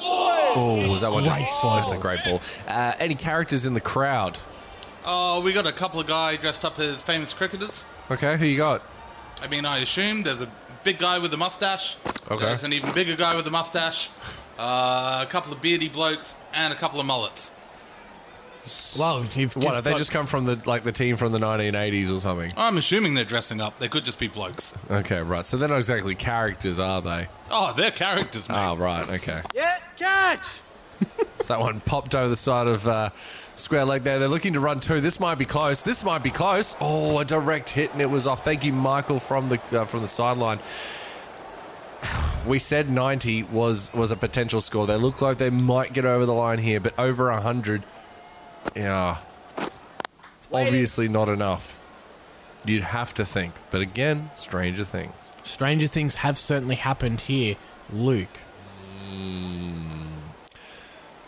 S2: Oh, was that one
S1: Great
S2: just?
S1: slide.
S2: That's a great ball. Uh, any characters in the crowd?
S3: Oh, we got a couple of guy dressed up as famous cricketers.
S2: Okay, who you got?
S3: I mean, I assume there's a big guy with a mustache.
S2: Okay.
S3: There's an even bigger guy with a mustache. Uh, a couple of beardy blokes and a couple of mullets.
S1: Well, you've
S2: What? Have they
S1: got-
S2: just come from the like the team from the 1980s or something?
S3: I'm assuming they're dressing up. They could just be blokes.
S2: Okay, right. So they're not exactly characters, are they?
S3: Oh, they're characters, mate.
S2: Oh, right. Okay.
S5: Yeah, catch.
S2: So that one popped over the side of uh, square leg there. They're looking to run two. This might be close. This might be close. Oh, a direct hit and it was off. Thank you, Michael, from the uh, from the sideline. We said 90 was was a potential score. They look like they might get over the line here, but over 100, yeah, it's obviously not enough. You'd have to think. But again, stranger things.
S1: Stranger things have certainly happened here, Luke.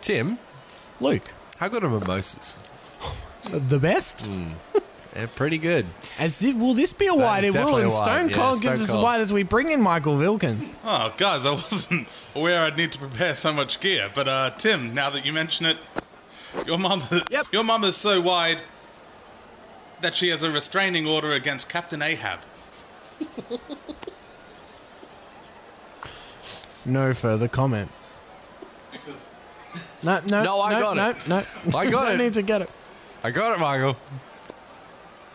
S2: Tim, Luke, how good are mimosas?
S1: The best?
S2: They're pretty good.
S1: As if, will this be a wide?
S2: Mm. is
S1: It will,
S2: definitely
S1: and
S2: a wide.
S1: Stone
S2: Yeah,
S1: Cold
S2: Stone
S1: gives us a
S2: Cold.
S1: wide as we bring in Michael Vilkins.
S3: Oh, guys, I wasn't aware I'd need to prepare so much gear. But uh, Tim, now that you mention it, your mum,
S5: Yep.
S3: your mum is so wide that she has a restraining order against Captain Ahab.
S1: No further comment.
S3: Because
S1: No, no,
S2: No, I
S1: no,
S2: got
S1: no,
S2: it.
S1: No, no,
S2: I got
S1: Don't
S2: it.
S1: need to get it.
S2: I got it, Michael.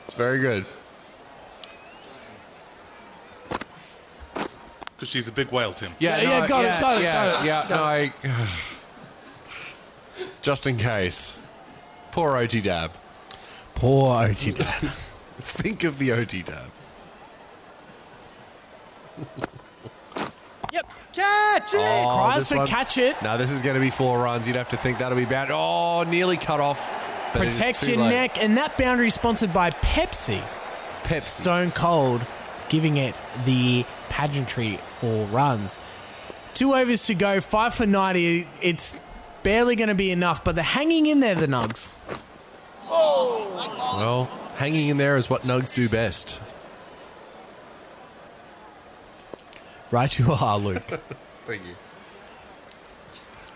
S2: It's very good.
S3: because she's a big whale, Tim.
S1: Yeah, yeah, got it, got it,
S2: yeah,
S1: got it,
S2: Yeah, no, I, just in case. Poor OT Dab.
S1: Poor OT Dab.
S2: Think of the OT Dab.
S5: Yep, catch.
S2: Oh,
S1: Cries
S2: this
S1: for
S2: one-
S1: catch it.
S2: No, this is going to be four runs. You'd have to think that'll be bad. Oh, nearly cut off. but it is
S1: Protect
S2: too
S1: your
S2: late.
S1: neck, and that boundary sponsored by Pepsi.
S2: Pepsi.
S1: Stone Cold giving it the pageantry for runs. Two overs to go, five for 90. It's barely going to be enough, but they're hanging in there, the Nugs.
S2: Well, hanging in there is what Nugs do best.
S1: Right, you are, Luke.
S2: Thank you.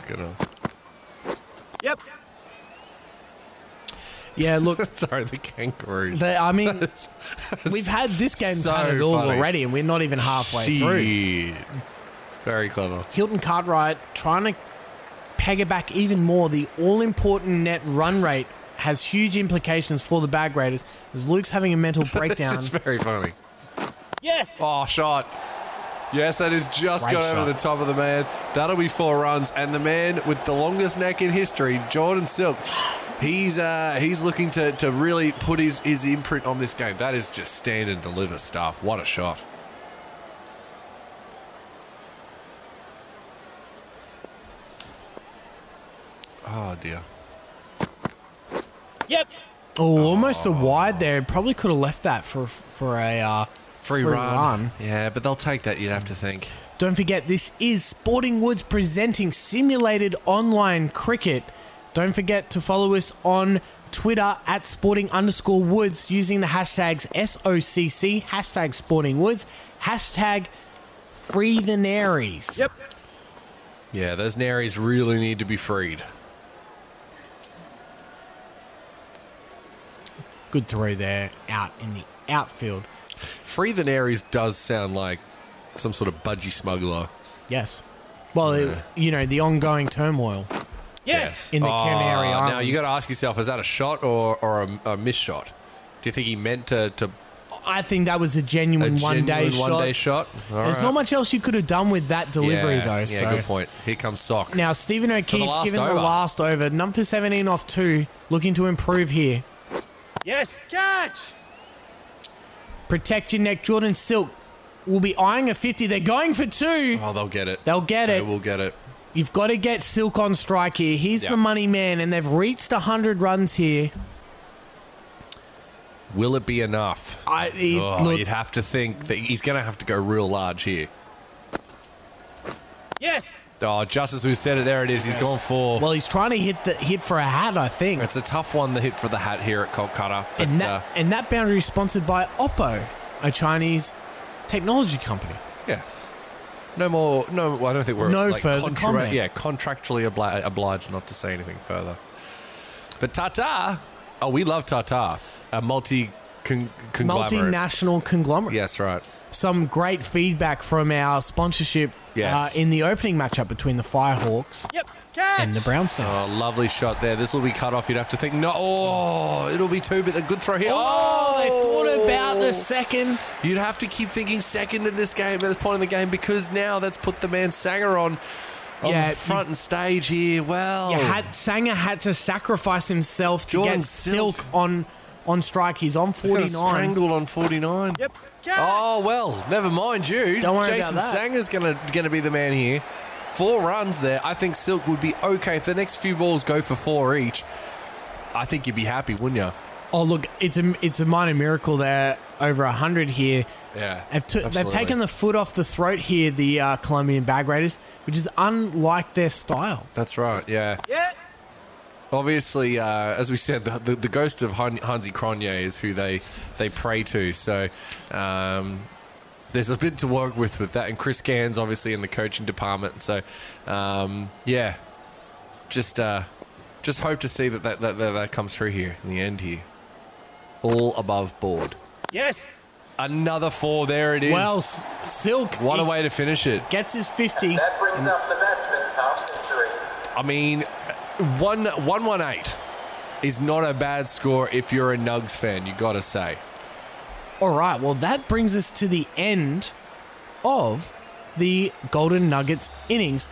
S2: Good on.
S1: Yeah, look,
S2: Sorry, the kangaroos.
S1: they, I mean, we've had this game
S2: so
S1: had it all
S2: funny.
S1: already, and we're not even halfway through.
S2: Shit. It's very clever.
S1: Hilton Cartwright trying to peg it back even more. The all important net run rate has huge implications for the bag raiders as Luke's having a mental breakdown.
S2: It's very funny.
S5: Yes.
S2: Oh, shot. Yes, that is just
S1: Great
S2: got
S1: shot.
S2: over the top of the man. That'll be four runs. And the man with the longest neck in history, Jordan Silk, he's uh, he's looking to, to really put his, his imprint on this game. That is just stand and deliver stuff. What a shot. Oh, dear.
S5: Yep.
S1: Oh, almost a wide there. Probably could have left that for for a uh,
S2: Free, run. Yeah, but they'll take that, you'd have to think.
S1: Don't forget, this is Sporting Woods presenting simulated online cricket. Don't forget to follow us on Twitter at sporting underscore woods using the hashtags SOCC, hashtag sporting woods, hashtag free the Naries.
S5: Yep.
S2: Yeah, those Naries really need to be freed.
S1: Good throw there out in the outfield.
S2: Free the Naries does sound like some sort of budgie smuggler.
S1: Yes. Well, it- you know, the ongoing turmoil
S5: Yes.
S1: in the Canary Islands.
S2: Oh, Now you got to ask yourself: is that a shot or or a, a miss shot? Do you think he meant to to
S1: I think that was a
S2: a
S1: genuine,
S2: one
S1: one-day
S2: one
S1: shot.
S2: day shot? All
S1: There's
S2: right.
S1: not much else you could have done with that delivery,
S2: yeah,
S1: though.
S2: Yeah,
S1: so.
S2: good point. Here comes sock.
S1: Now, Stephen O'Keefe
S2: last
S1: given the
S2: over.
S1: last over. None for 17 off two. Looking to improve here.
S5: Yes. Catch.
S1: Protect your neck. Jordan Silk will be eyeing a 50. They're going for two.
S2: oh, they'll get it.
S1: They'll get
S2: They
S1: it.
S2: will get it.
S1: You've got to get Silk on strike here. He's
S2: Yeah.
S1: the money man, and they've reached 100 runs here.
S2: Will it be enough?
S1: I, he-
S2: Oh,
S1: look,
S2: you'd have to think that he's going to have to go real large here.
S5: Yes.
S2: Oh, just as we've said it, there it is. He's gone for.
S1: well, he's trying to hit the hit for a hat, I think.
S2: it's a tough one, the hit for the hat here at Kolkata. But,
S1: and,
S2: uh,
S1: that, and that boundary is sponsored by Oppo, a Chinese technology company.
S2: Yes. No more. No, well, I don't think we're
S1: No
S2: like,
S1: further comment.
S2: Yeah, contractually obli- obliged not to say anything further. But Tata, oh, we love Tata, a multi con- conglomerate.
S1: Multinational conglomerate.
S2: Yes, right.
S1: some great feedback from our sponsorship
S2: Yes.
S1: uh, in the opening matchup between the Firehawks
S5: Yep. Catch.
S1: and the Brown
S2: Oh,
S1: Snakes.
S2: lovely shot there. This will be cut off. You'd have to think. No, oh, it'll be two, but a good throw here.
S1: Oh, they thought about the second.
S2: You'd have to keep thinking second in this game at this point in the game because now that's put the man Sanger on, on
S1: Yeah,
S2: front and stage here. Well,
S1: Yeah, had, Sanger had to sacrifice himself to
S2: Oh. Jordan
S1: get Silk,
S2: Silk.
S1: on on strike. He's on
S2: he's gonna
S1: 49.
S2: strangled on forty nine.
S5: Yep. Catch.
S2: Oh well, never mind you.
S1: Don't worry about
S2: Jason
S1: that.
S2: Sanger's gonna gonna be the man here. Four runs there. I think Silk would be okay if the next few balls go for four each. I think you'd be happy, wouldn't you?
S1: Oh, look, it's a, it's a minor miracle there. Over 100 here.
S2: Yeah,
S1: They've, took- they've
S2: absolutely.
S1: taken the foot off the throat here, the uh, Colombian Bag Raiders, which is unlike their style.
S2: That's right. Yeah.
S5: Yeah.
S2: Obviously, uh, as we said, the, the, the ghost of Han- Hansi Cronje is who they they pray to. So. Um, there's a bit to work with with that, and Chris Gans obviously in the coaching department. So, um, yeah, just uh, just hope to see that that, that that that comes through here in the end here. All above board.
S5: Yes.
S2: Another four. There it is.
S1: Well, S- Silk
S2: what a
S1: he
S2: way to finish it.
S1: gets his 50.
S6: That brings up the batsman's half century.
S2: I mean, one one one eight is not a bad score if you're a Nugs fan. You got to say.
S1: All right, well, that brings us to the end of the Golden Nuggets innings.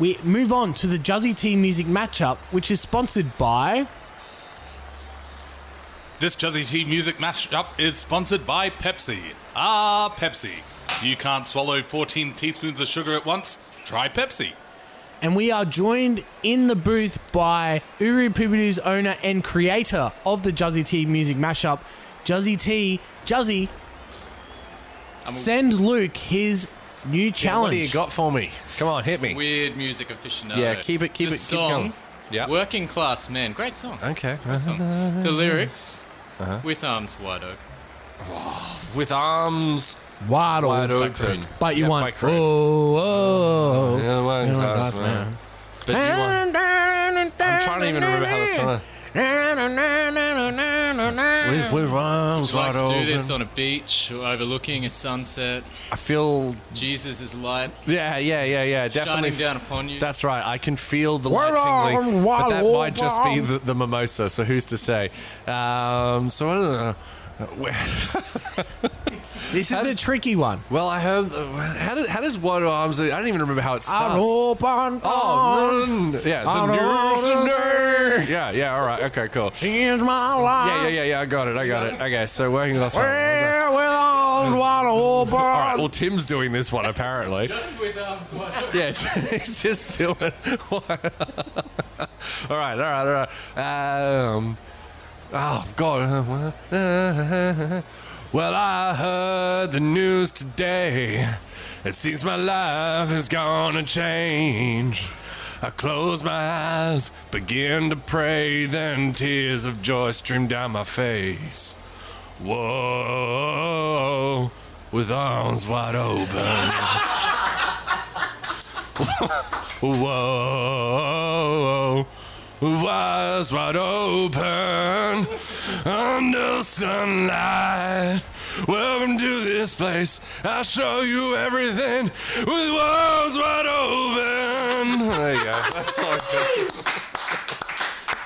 S1: We move on to the Juzzy T music matchup, which is sponsored by.
S3: This Juzzy T music mashup is sponsored by Pepsi. Ah, Pepsi. You can't swallow 14 teaspoons of sugar at once? Try Pepsi.
S1: And we are joined in the booth by Uru Pibidu's owner and creator of the Juzzy T music mashup, Juzzy T. Juzzy, send Luke his new
S2: What do you
S1: challenge.
S2: got for me? Come on, hit me.
S8: Weird music aficionado.
S2: yeah, keep it, keep
S8: the
S2: it,
S8: song,
S2: keep going. Yeah.
S8: Working Class Man. Great song.
S2: Okay. Uh-huh.
S8: Great song. The lyrics, with arms wide open.
S2: with arms
S1: Wide
S2: wide
S1: open.
S2: open.
S1: But you
S2: Yeah,
S1: want.
S2: by Crew.
S1: Oh, oh.
S2: Yeah, one
S1: You want
S2: class
S1: class
S2: man.
S1: man.
S2: But you want- I'm trying to even remember how the song. With, with arms
S8: Would you
S2: wide
S8: like to do
S2: open.
S8: this uh, on a beach or overlooking a sunset?
S2: I feel.
S8: Jesus is light
S2: Yeah, yeah, yeah, yeah. Definitely.
S8: shining down upon you.
S2: That's right. I can feel the
S1: Wah,
S2: light
S1: wah,
S2: tingling,
S1: wah,
S2: but that
S1: wah,
S2: might just be
S1: wah.
S2: the, the mimosa. So who's to say? Um, so I don't know. Uh, where-
S1: This is the tricky one.
S2: Well, I heard. uh, How does, how does Wide Arms? I don't even remember how it starts.
S1: Open
S2: Oh, run. yeah, the
S1: I don't-
S2: nerve, the nerve. Yeah, yeah. All right. Okay. Cool.
S1: Change my life.
S2: Yeah, yeah, yeah, yeah. I got it. I got it. Okay. So working class. All
S1: Where with arms wide open.
S2: right. Well, Tim's doing this one apparently.
S8: Just with arms wide open.
S2: Yeah, he's just doing. all right, all right, all right. Um, oh God. Well, I heard the news today. It seems my life is gonna change. I close my eyes, begin to pray, then tears of joy stream down my face. Whoa, with arms wide open. Whoa, eyes wide open under sunlight. Welcome to this place. I'll show you everything with eyes wide open. There you go. That's all good.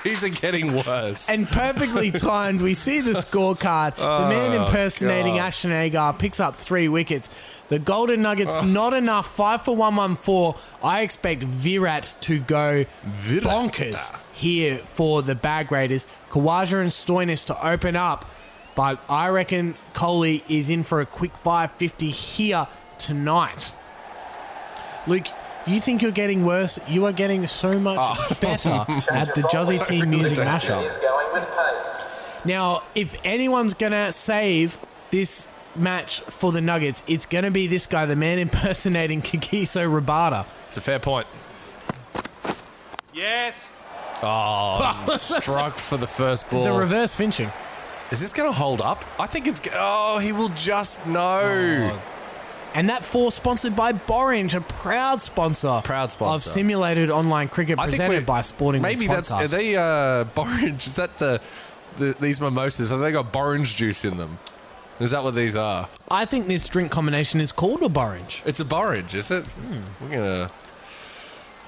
S2: These are getting worse.
S1: And perfectly timed, we see the scorecard. the man impersonating
S2: God.
S1: Ashton Agar picks up three wickets. The Golden Nuggets not enough. Five for one, one four. I expect Virat to go bonkers here for the Bag Raiders. Kawaja and Stoinis to open up, but I reckon Kohli is in for a quick 550 here tonight. Luke, you think you're getting worse? You are getting so much better at the Juzzy Team music mashup.
S6: He's going with pace.
S1: Now, if anyone's going to save this match for the Nuggets, it's going to be this guy, the man impersonating Kakiso Rabada.
S2: It's a fair point.
S5: Yes.
S2: Oh, Struck for the first ball.
S1: The reverse finching.
S2: Is this going to hold up? I think it's. g- Oh, he will just know.
S1: Oh, And that four sponsored by Borange, a proud sponsor,
S2: Proud sponsor.
S1: of simulated online cricket presented
S2: we're-
S1: by Sporting
S2: Maybe
S1: Goods
S2: that's
S1: Podcast.
S2: are they uh, orange. Is that the, the these mimosas? Have they got orange juice in them? Is that what these are?
S1: I think this drink combination is called a Borange.
S2: It's a borage, is it? Hmm, We're gonna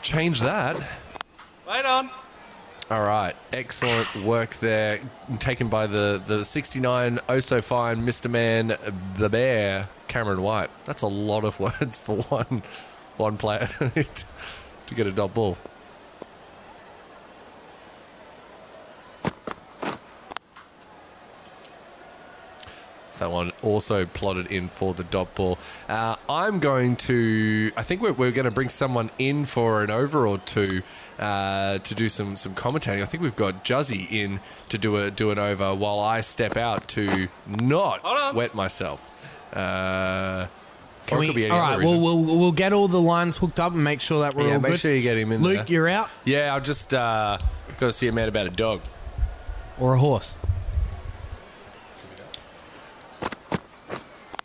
S2: change that.
S5: Right on.
S2: All right, excellent work there, taken by the the 69 oh so fine Mr. Man, the Bear, Cameron White. That's a lot of words for one one player to get a dot ball. So that one also plotted in for the dot ball. Uh, I'm going to. I think we're, we're going to bring someone in for an over or two uh, to do some some commentating. I think we've got Juzzy in to do a do an over while I step out to
S5: Hold
S2: not
S5: on.
S2: wet myself. Uh,
S1: Can
S2: or it
S1: we,
S2: could be any
S1: all
S2: other
S1: right,
S2: reason.
S1: we'll, we'll we'll get all the lines hooked up and make sure that we're
S2: Yeah,
S1: all
S2: make
S1: good.
S2: sure you get him in
S1: Luke,
S2: there.
S1: you're out
S2: yeah, I've just uh, got to see a man about a dog.
S1: or a horse.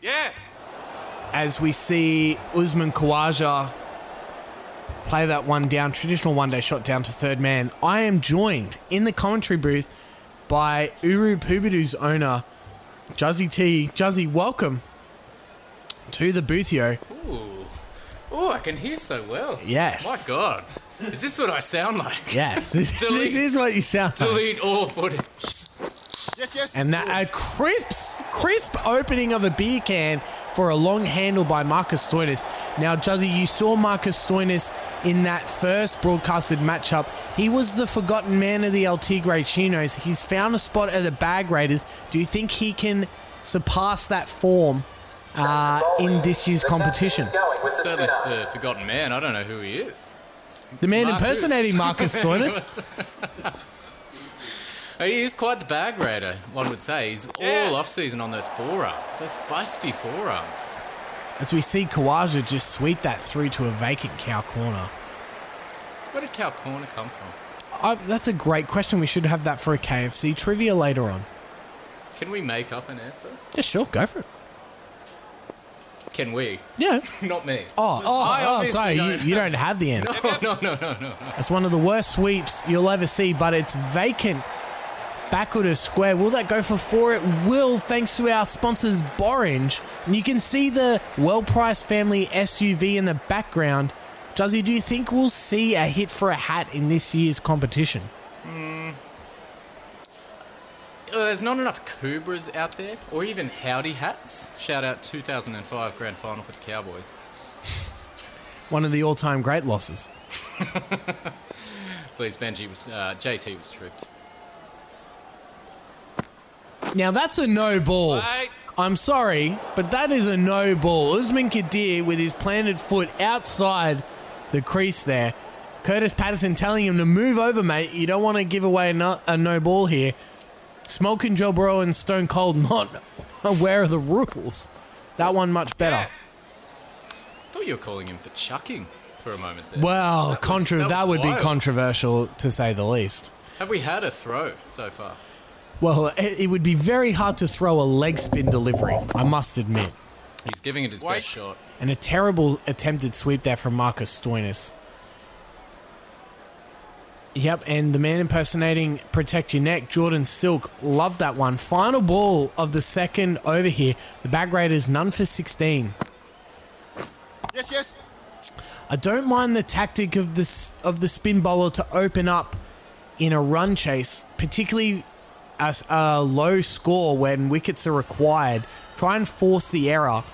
S5: Yeah.
S1: as we see Usman Khawaja play that one down, traditional one day shot down to third man. I am joined in the commentary booth by Uru Pubidu's owner, Juzzy T. Juzzy, welcome to the boothio.
S8: Ooh. Ooh, I can hear so well.
S1: Yes.
S8: My God. Is this what I sound like?
S1: Yes, this,
S8: Delete.
S1: this is what you sound like.
S8: Delete all footage.
S4: Yes, yes.
S1: And that a crisp, crisp opening of a beer can for a long handle by Marcus Stoinis. Now, Juzzy, you saw Marcus Stoinis in that first broadcasted matchup. He was the forgotten man of the El Tigre Chinos. He's found a spot at the Bag Raiders. Do you think he can surpass that form uh, in this year's
S6: The Dutchman's
S1: competition?
S6: going with the
S8: Certainly
S6: spinner.
S8: the forgotten man. I don't know who he is.
S1: The man
S8: Marcus.
S1: impersonating Marcus Stoinis.
S8: He is quite the bag raider, one would say. He's
S5: Yeah.
S8: all off season on those forearms, those feisty forearms.
S1: As we see Kawaja just sweep that through to a vacant cow corner.
S8: Where did Cal Corner come from?
S1: I, that's a great question. We should have that for a KFC trivia later on.
S8: Can we make up an answer?
S1: Yeah, sure, go for it.
S8: Can we?
S1: Yeah.
S8: Not me.
S1: Oh, oh,
S8: I
S1: oh
S8: obviously
S1: sorry, you,
S8: don't.
S1: you don't have the answer.
S8: No, no, no, no, no.
S1: It's one of the worst sweeps you'll ever see, but it's vacant Backward of square. Will that go for four? It will, thanks to our sponsors, Borange. And you can see the well priced family SUV in the background. Juzzy, do you think we'll see a hit for a hat in this year's competition?
S8: Uh, there's not enough Cobras out there, or even Howdy hats. Shout out 2005 Grand Final for the Cowboys.
S1: One of the all time great losses.
S8: Please, Benji was uh, JT was tripped.
S1: Now that's a no ball.
S5: Wait.
S1: I'm sorry, but that is a no ball. Usman Kadir with his planted foot outside the crease there. Curtis Patterson telling him to move over, mate. You don't want to give away no, a no ball here. Smoke and Joe Burrow and Stone Cold not aware of the rules. That one much better.
S8: I thought you were calling him for chucking for a moment there.
S1: Well,
S8: That was-
S1: contra-
S8: that
S1: that,
S8: was
S1: would be
S8: wild.
S1: controversial to say the least.
S8: Have we had a throw so far?
S1: Well, it, it would be very hard to throw a leg spin delivery, I must admit.
S8: He's giving it his
S3: Wait.
S8: best shot.
S1: And a terrible attempted sweep there from Marcus Stoinis. Yep, and the man impersonating Protect Your Neck, Jordan Silk, loved that one. Final ball of the second over here. The Bag Raiders, none for 16.
S4: Yes, yes.
S1: I don't mind the tactic of this of the spin bowler to open up in a run chase, particularly as a low score when wickets are required. Try and force the error.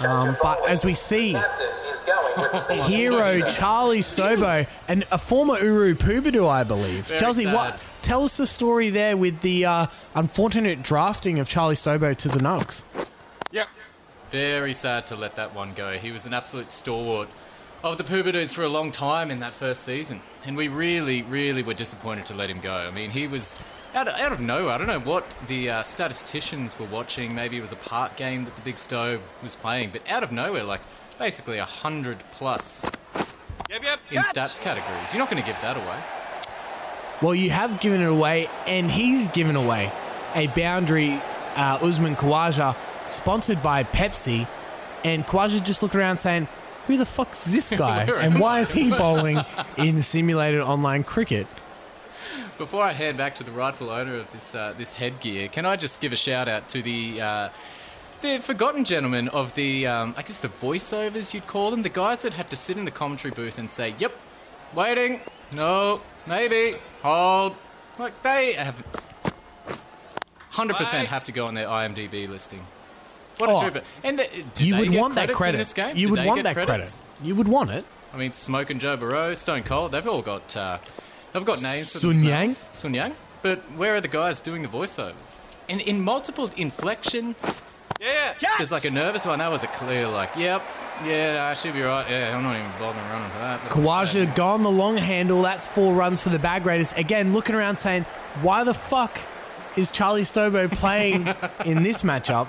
S1: Um, but as we see,
S6: Captain is going with the big
S1: hero Charlie Stobo and a former Uru Pubadu, I believe.
S8: Very
S1: Chelsea, what?
S8: sad.
S1: Tell us the story there with the uh, unfortunate drafting of Charlie Stobo to the Nugs.
S4: Yep.
S8: Very sad to let that one go. He was an absolute stalwart of the Poobadoos for a long time in that first season, and we really, really were disappointed to let him go. I mean, he was out of, out of nowhere. I don't know what the uh, statisticians were watching. Maybe it was a part game that the Big Stowe was playing, but out of nowhere, like basically a hundred plus
S5: Yep, yep.
S8: in
S5: Catch.
S8: stats categories. You're not going to give that away.
S1: Well, you have given it away, and he's given away a boundary, uh, Usman Khawaja, sponsored by Pepsi. And Khawaja just looking around saying, Who the fuck's this guy?
S8: Where
S1: and
S8: am
S1: why is he bowling in simulated online cricket?
S8: Before I hand back to the rightful owner of this uh, this headgear, can I just give a shout out to the uh, the forgotten gentlemen of the um, I guess the voiceovers you'd call them, the guys that had to sit in the commentary booth and say, "Yep, waiting, no, maybe, hold." Like they have hundred percent
S5: Wait.
S8: have to go on their IMDb listing. What
S1: Oh.
S8: a trooper! And the, do
S1: you
S8: they
S1: would
S8: get
S1: want that
S8: credits
S1: credit.
S8: in this game.
S1: You
S8: Do
S1: would
S8: they
S1: want
S8: get
S1: that
S8: credits?
S1: credit. You would want it.
S8: I mean, Smoke and Joe Burrow, Stone Cold, they've all got uh, they've got names. for
S1: Sun Yang?
S8: themselves. Sun Yang. But where are the guys doing the voiceovers? And in multiple inflections,
S5: Yeah, yeah.
S8: there's like a nervous one. That was a clear like, yep, yeah, I should be right. Yeah, I'm not even bothering running for that.
S1: Kawaja gone the long handle. That's four runs for the Bag Raiders. Again, looking around saying, Why the fuck is Charlie Stobo playing in this matchup?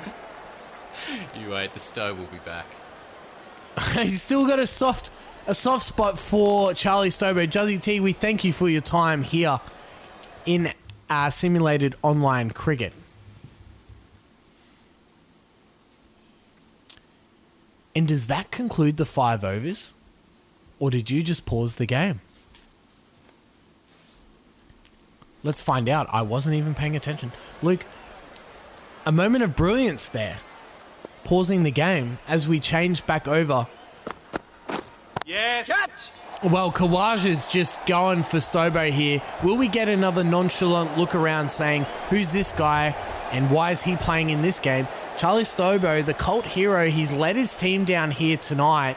S8: You wait, the Stowe will be back.
S1: He's still got a soft a soft spot for Charlie Stobo. Juzzy T, we thank you for your time here in uh, simulated online cricket. And does that conclude the five overs? Or did you just pause the game? Let's find out. I wasn't even paying attention. Luke, a moment of brilliance there pausing the game as we change back over.
S5: Yes.
S4: Catch.
S1: Well, Kawaja's just going for Stobo here. Will we get another nonchalant look around saying, who's this guy and why is he playing in this game? Charlie Stobo, the cult hero, he's led his team down here tonight.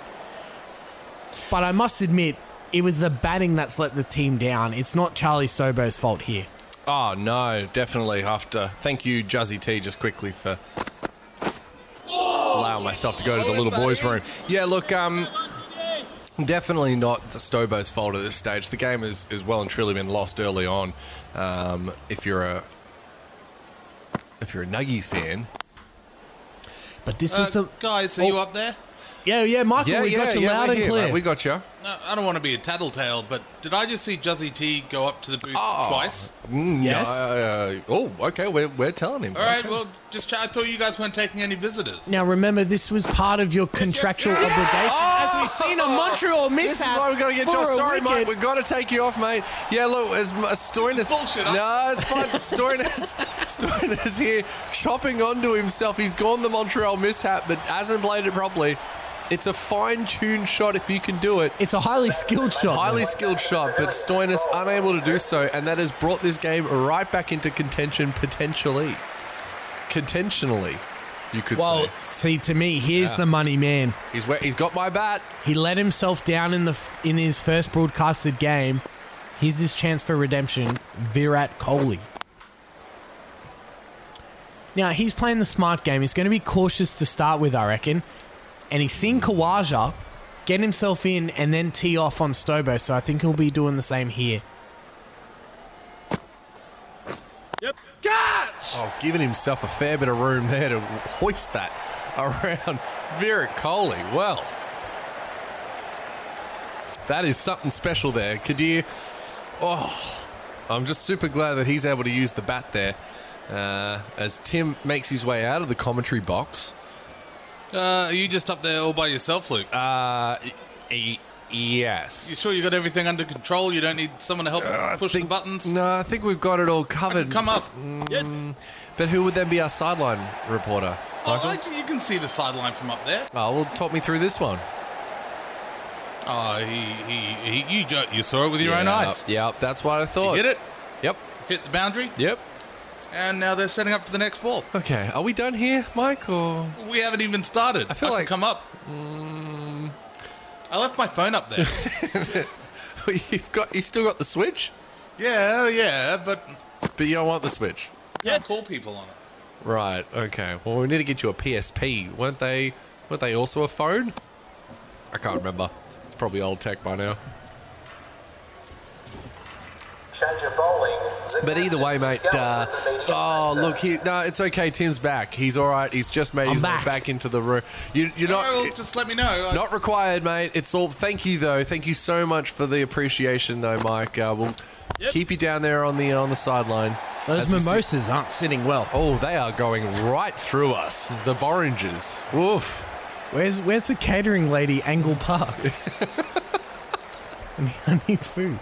S1: But I must admit, it was the batting that's let the team down. It's not Charlie Stobo's fault here.
S2: Oh no, definitely have to. Thank you, Juzzy T, just quickly for allowing myself to go to the little boys' room. Yeah, look, um, definitely not the Stobo's fault at this stage. The game is, is well and truly been lost early on. Um, if you're a if you're a Nuggies fan,
S1: But this
S3: Uh,
S1: was the
S2: Oh.
S3: guys, are you up there?
S1: Yeah, yeah, Michael,
S2: Uh, Yeah,
S1: we
S2: yeah,
S1: got you
S2: yeah,
S1: loud
S2: we're
S1: and
S2: here,
S1: clear.
S2: mate. We got you.
S3: No, I don't want to be a tattletale, but did I just see Juzzy T go up to the booth
S2: Oh.
S3: twice?
S2: Mm,
S1: Yes.
S2: uh, oh, okay. We're, we're telling him.
S3: All right, well, just ch- I thought you guys weren't taking any visitors.
S1: Now remember, this was part of your contractual obligation. As we've seen a Montreal
S2: Oh! This is
S1: mishap.
S2: why we got to get
S1: for
S2: you.
S1: a
S2: Sorry, mate.
S1: wicket.
S2: We've got to take you off, mate. Yeah, look, as, as Stoinis.
S3: This is bullshit, huh?
S2: No, it's fine. Stoinis, Stoinis here chopping onto himself. He's gone the Montreal mishap, but hasn't played it properly. It's a fine tuned shot if you can do it.
S1: It's a highly skilled shot.
S2: Highly skilled shot, but Stoinis unable to do so, and that has brought this game right back into contention potentially. Contentionally, you could
S1: Well,
S2: say.
S1: see, to me, here's
S2: Yeah.
S1: the money man.
S2: He's, we- he's got my bat.
S1: He let himself down in the f- in his first broadcasted game. Here's his chance for redemption, Virat Kohli. Now he's playing the smart game. He's going to be cautious to start with, I reckon. And he's seen Kawaja get himself in and then tee off on Stobo, so I think he'll be doing the same here.
S5: Catch!
S2: Oh, giving himself a fair bit of room there to hoist that around Virat Kohli. Well, that is something special there. Kadir, oh, I'm just super glad that he's able to use the bat there uh, as Tim makes his way out of the commentary box.
S3: Uh, are you just up there all by yourself, Luke?
S2: Uh, E- yes.
S3: you sure you got everything under control? You don't need someone to help
S2: uh, I
S3: push
S2: think-
S3: the buttons?
S2: No, I think we've got it all
S3: I can
S2: covered.
S3: come up.
S5: Yes.
S2: But who would then be our sideline reporter?
S3: Oh,
S2: Michael?
S3: I- you can see the sideline from up there.
S2: Oh, well, talk me through this one.
S3: Oh, he, he, he you got you saw it with your own
S2: Yeah,
S3: eyes.
S2: Yep, that's what I thought.
S3: Hit it,
S2: Yep.
S3: hit the boundary,
S2: Yep.
S3: and now they're setting up for the next ball.
S2: Okay, are we done here, Mike? Or
S3: We haven't even started. I
S2: feel
S3: can
S2: like-
S3: come up. Mm, I left my phone up there.
S2: you've got you still got the switch,
S3: yeah, yeah, but
S2: but you don't want the switch,
S5: Yes.
S3: call people on it.
S2: right? Okay. Well, we need to get you a PSP. weren't they? Weren't they also a phone? I can't remember. It's probably old tech by now.
S6: Change of bowling.
S2: But either way, mate. Uh, oh, look. He, no, it's okay. Tim's back. He's all right. He's just made
S1: I'm
S2: his
S1: back.
S2: way back into the room. You, you're not.
S3: Oh, well, just let me know. I-
S2: Not required, mate. It's all. Thank you, though. Thank you so much for the appreciation, though, Mike. Uh, we'll keep you down there on the on the sideline.
S1: Those
S2: As we see-
S1: mimosas aren't sitting well.
S2: Oh, they are going right through us. The Boringers. Woof.
S1: Where's where's the catering lady, Angle Park? I need- I need food.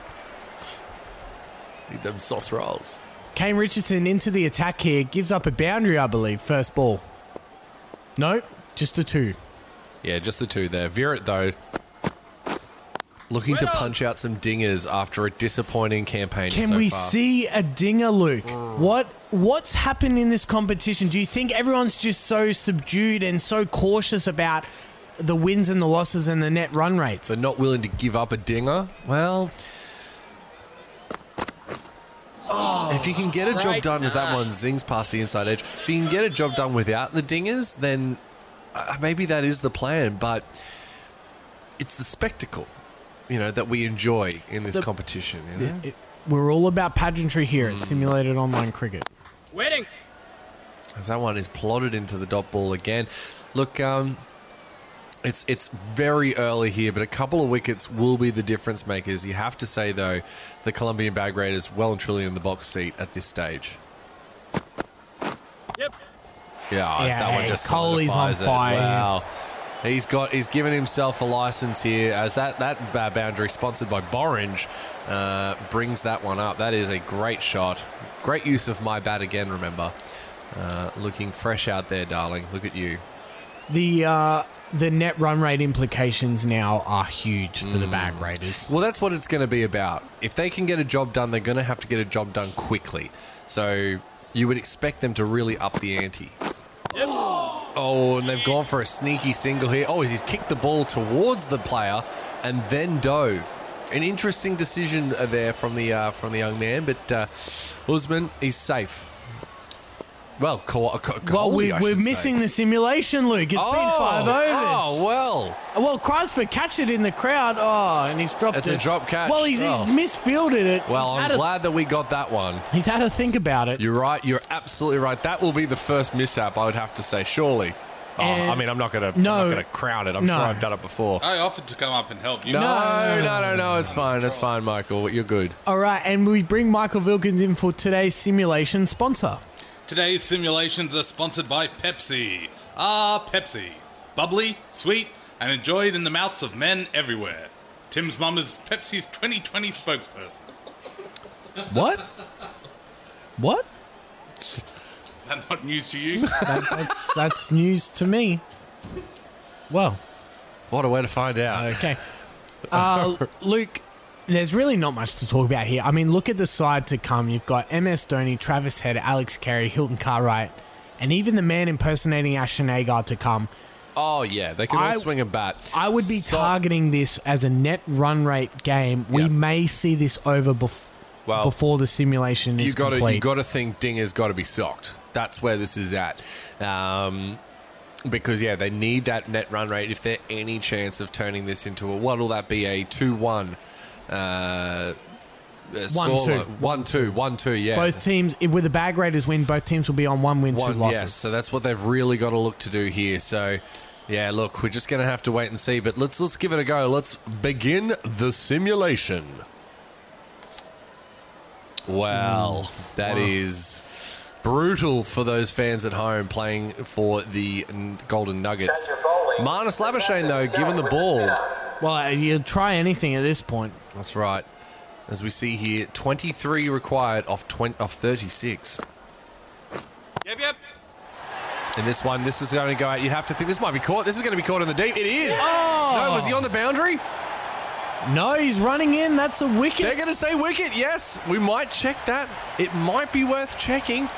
S2: Need them sauce rolls.
S1: Kane Richardson into the attack here, gives up a boundary, I believe, first ball. Nope, just a two.
S2: Yeah, just the two there. Virat, though, looking to punch out some dingers after a disappointing campaign
S1: Can
S2: so
S1: we
S2: far. Mm.
S1: see a dinger, Luke? What what's happened in this competition? Do you think everyone's just so subdued and so cautious about the wins and the losses and the net run rates?
S2: They're not willing to give up a dinger. Well,
S1: Oh,
S2: if you can get a job done as that one zings past the inside edge, if you can get a job done without the dingers, then uh, maybe that is the plan. But it's the spectacle, you know, that we enjoy in this
S1: The-
S2: competition. You know?
S1: It- it- we're all about pageantry here
S2: Mm.
S1: at Simulated Online Cricket.
S5: Waiting.
S2: as that one is plotted into the dot ball again. Look, um, it's it's very early here, but a couple of wickets will be the difference makers. You have to say though, the Colombian bag raiders well and truly in the box seat at this stage.
S5: Yep.
S2: Yeah, it's
S1: Yeah,
S2: that one
S1: hey,
S2: just
S1: Coley's on
S2: solidifies it.
S1: fire.
S2: Wow. He's got. He's given himself a license here as that that uh, boundary sponsored by Borange uh, brings that one up. That is a great shot. Great use of my bat again. Remember, uh, looking fresh out there, darling. Look at you.
S1: The uh, the net run rate implications now are huge for the
S2: Hmm.
S1: bag raiders.
S2: Well, that's what it's going to be about. If they can get a job done, they're going to have to get a job done quickly. So you would expect them to really up the ante. Oh, and they've gone for a sneaky single here. Oh, he's kicked the ball towards the player and then dove. An interesting decision uh, there from the uh, from the young man, but uh, Usman is safe. Well, co- co-
S1: Well, we,
S2: Kohli, I
S1: we're
S2: should say.
S1: missing the simulation, Luke. It's been five overs.
S2: Oh well.
S1: Well, Crosford catch it in the crowd. Oh, and he's dropped
S2: It's
S1: it.
S2: a drop catch.
S1: Well, he's,
S2: Oh.
S1: he's misfielded it.
S2: Well,
S1: he's
S2: I'm
S1: had
S2: glad that we got that one.
S1: A, he's had a think about it.
S2: You're right. You're absolutely right. That will be the first mishap, I would have to say, surely. Oh,
S1: And-
S2: I mean, I'm not gonna,
S1: Eh, No.
S2: I'm not gonna crown it. I'm
S1: No.
S2: sure I've done it before.
S3: I offered to come up and help you.
S2: No,
S1: no,
S2: no,
S1: no,
S2: no, no, It's fine. It's fine, Michael. You're good.
S1: All right, and we bring Michael Vilkins in for today's simulation sponsor.
S3: Today's simulations are sponsored by Pepsi. Ah, Pepsi. Bubbly, sweet, and enjoyed in the mouths of men everywhere. Tim's mum is Pepsi's 2020 spokesperson.
S1: What? What?
S3: Is that not news to you?
S1: That, that's that's news to me. Well,
S2: What a way to find out.
S1: okay. Uh, Luke, there's really not much to talk about here. I mean, look at the side to come. You've got MS Dhoni, Travis Head, Alex Carey, Hilton Cartwright, and even the man impersonating Ashton Agar to come.
S2: oh yeah, they can all
S1: I-
S2: swing a bat.
S1: I would be
S2: So-
S1: targeting this as a net run rate game. We
S2: Yeah.
S1: may see this over bef-
S2: Well,
S1: before the simulation is
S2: You got to
S1: complete.
S2: you got to think Dinger's got to be socked. That's where this is at. Um, because yeah, they need that net run rate if there any chance of turning this into a what'll that be a two one. Uh, uh, score
S1: two.
S2: line. one two, one two, yeah.
S1: both teams, if, with the bag raiders win, both teams will be on one win, two
S2: One-
S1: losses.
S2: Yes, so that's what they've really got to look to do here. So, yeah, look, we're just going to have to wait and see. But let's let's give it a go. Let's begin the simulation. Wow,
S1: Mm.
S2: that is brutal for those fans at home playing for the N- Golden Nuggets. Marnus Labuschagne, though, given the ball.
S1: Well, uh, you'll try anything at this point.
S2: That's right. As we see here, 23 required off 20, off 36.
S5: Yep, yep.
S2: And this one, this is going to go out. You'd have to think this might be caught. This is going to be caught in the deep. It is. Oh! No, was he on the boundary?
S1: No, he's running in. That's a
S2: They're
S1: wicket.
S2: going to say wicket. Yes, we might check that. It might be worth checking.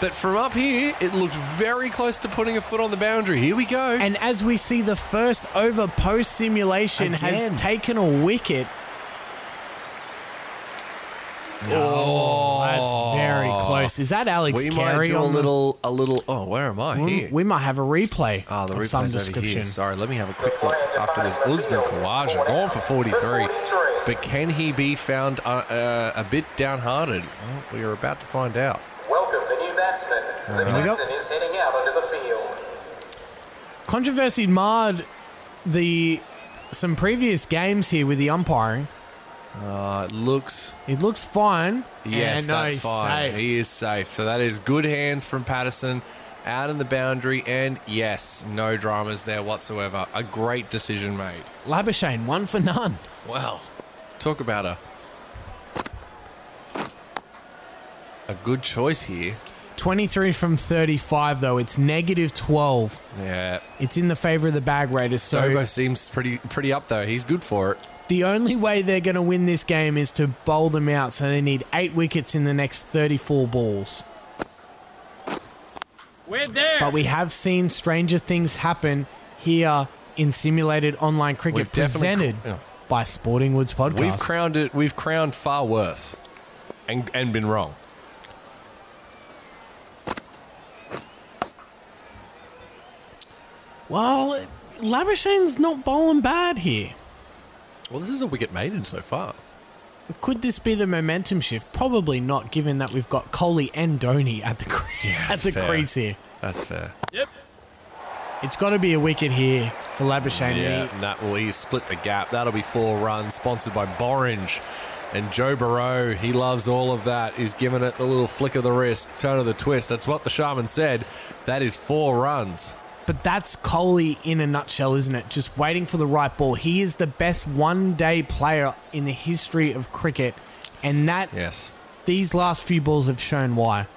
S2: But from up here, it looked very close to putting a foot on the boundary. Here we go.
S1: And as we see, the first over post simulation
S2: Again.
S1: has taken a wicket. Oh, that's very close. Is that Alex
S2: we
S1: Carey?
S2: might do a
S1: on the-
S2: little, a little. Oh, where am I?
S1: we,
S2: Here.
S1: we might have a replay
S2: Ah, the
S1: of some
S2: replay's over
S1: description.
S2: here. Sorry, let me have a quick look after this. Usman Khawaja gone for 43, but can he be found uh, uh, a bit downhearted? Well, we are about to find out.
S6: Welcome the new batsman. The
S1: Here we go.
S6: captain is heading out onto the field.
S1: Controversy marred the some previous games here with the umpiring.
S2: Uh, it looks
S1: It looks fine.
S2: Yes,
S1: And no,
S2: that's
S1: he's
S2: fine.
S1: safe.
S2: He is safe. So that is good hands from Patterson out in the boundary. And yes, no dramas there whatsoever. A great decision made.
S1: Labuschagne, one for none.
S2: Wow. Talk about a. A good choice here.
S1: 23 from 35, though. It's negative 12.
S2: Yeah.
S1: It's in the favor of the bag raiders. So
S2: Dobo seems pretty pretty up though. He's good for it.
S1: the only way they're going to win this game is to bowl them out. So they need eight wickets in the next 34 balls.
S5: We're there.
S1: But we have seen stranger things happen here in simulated online cricket
S2: We've definitely
S1: presented
S2: cr- yeah.
S1: by Sporting Woods Podcast.
S2: We've crowned it. We've crowned far worse, and and been wrong.
S1: well, Labuschagne's not bowling bad here.
S2: Well, this is a wicket maiden so far.
S1: Could this be the momentum shift? Probably not, given that we've got Coley and Dhoni at the, cre- at
S2: that's
S1: the
S2: fair.
S1: crease here.
S2: That's fair.
S5: Yep.
S1: It's got to be a wicket here for Labuschagne.
S2: Yeah, that will he split the gap. That'll be four runs. Sponsored by Borange and Joe Barrow. He loves all of that. He's giving it the little flick of the wrist, turn of the twist. That's what the shaman said. That is four runs.
S1: But that's Coley in a nutshell, isn't it? Just waiting for the right ball. He is the best one day player in the history of cricket. And that
S2: Yes.
S1: these last few balls have shown why.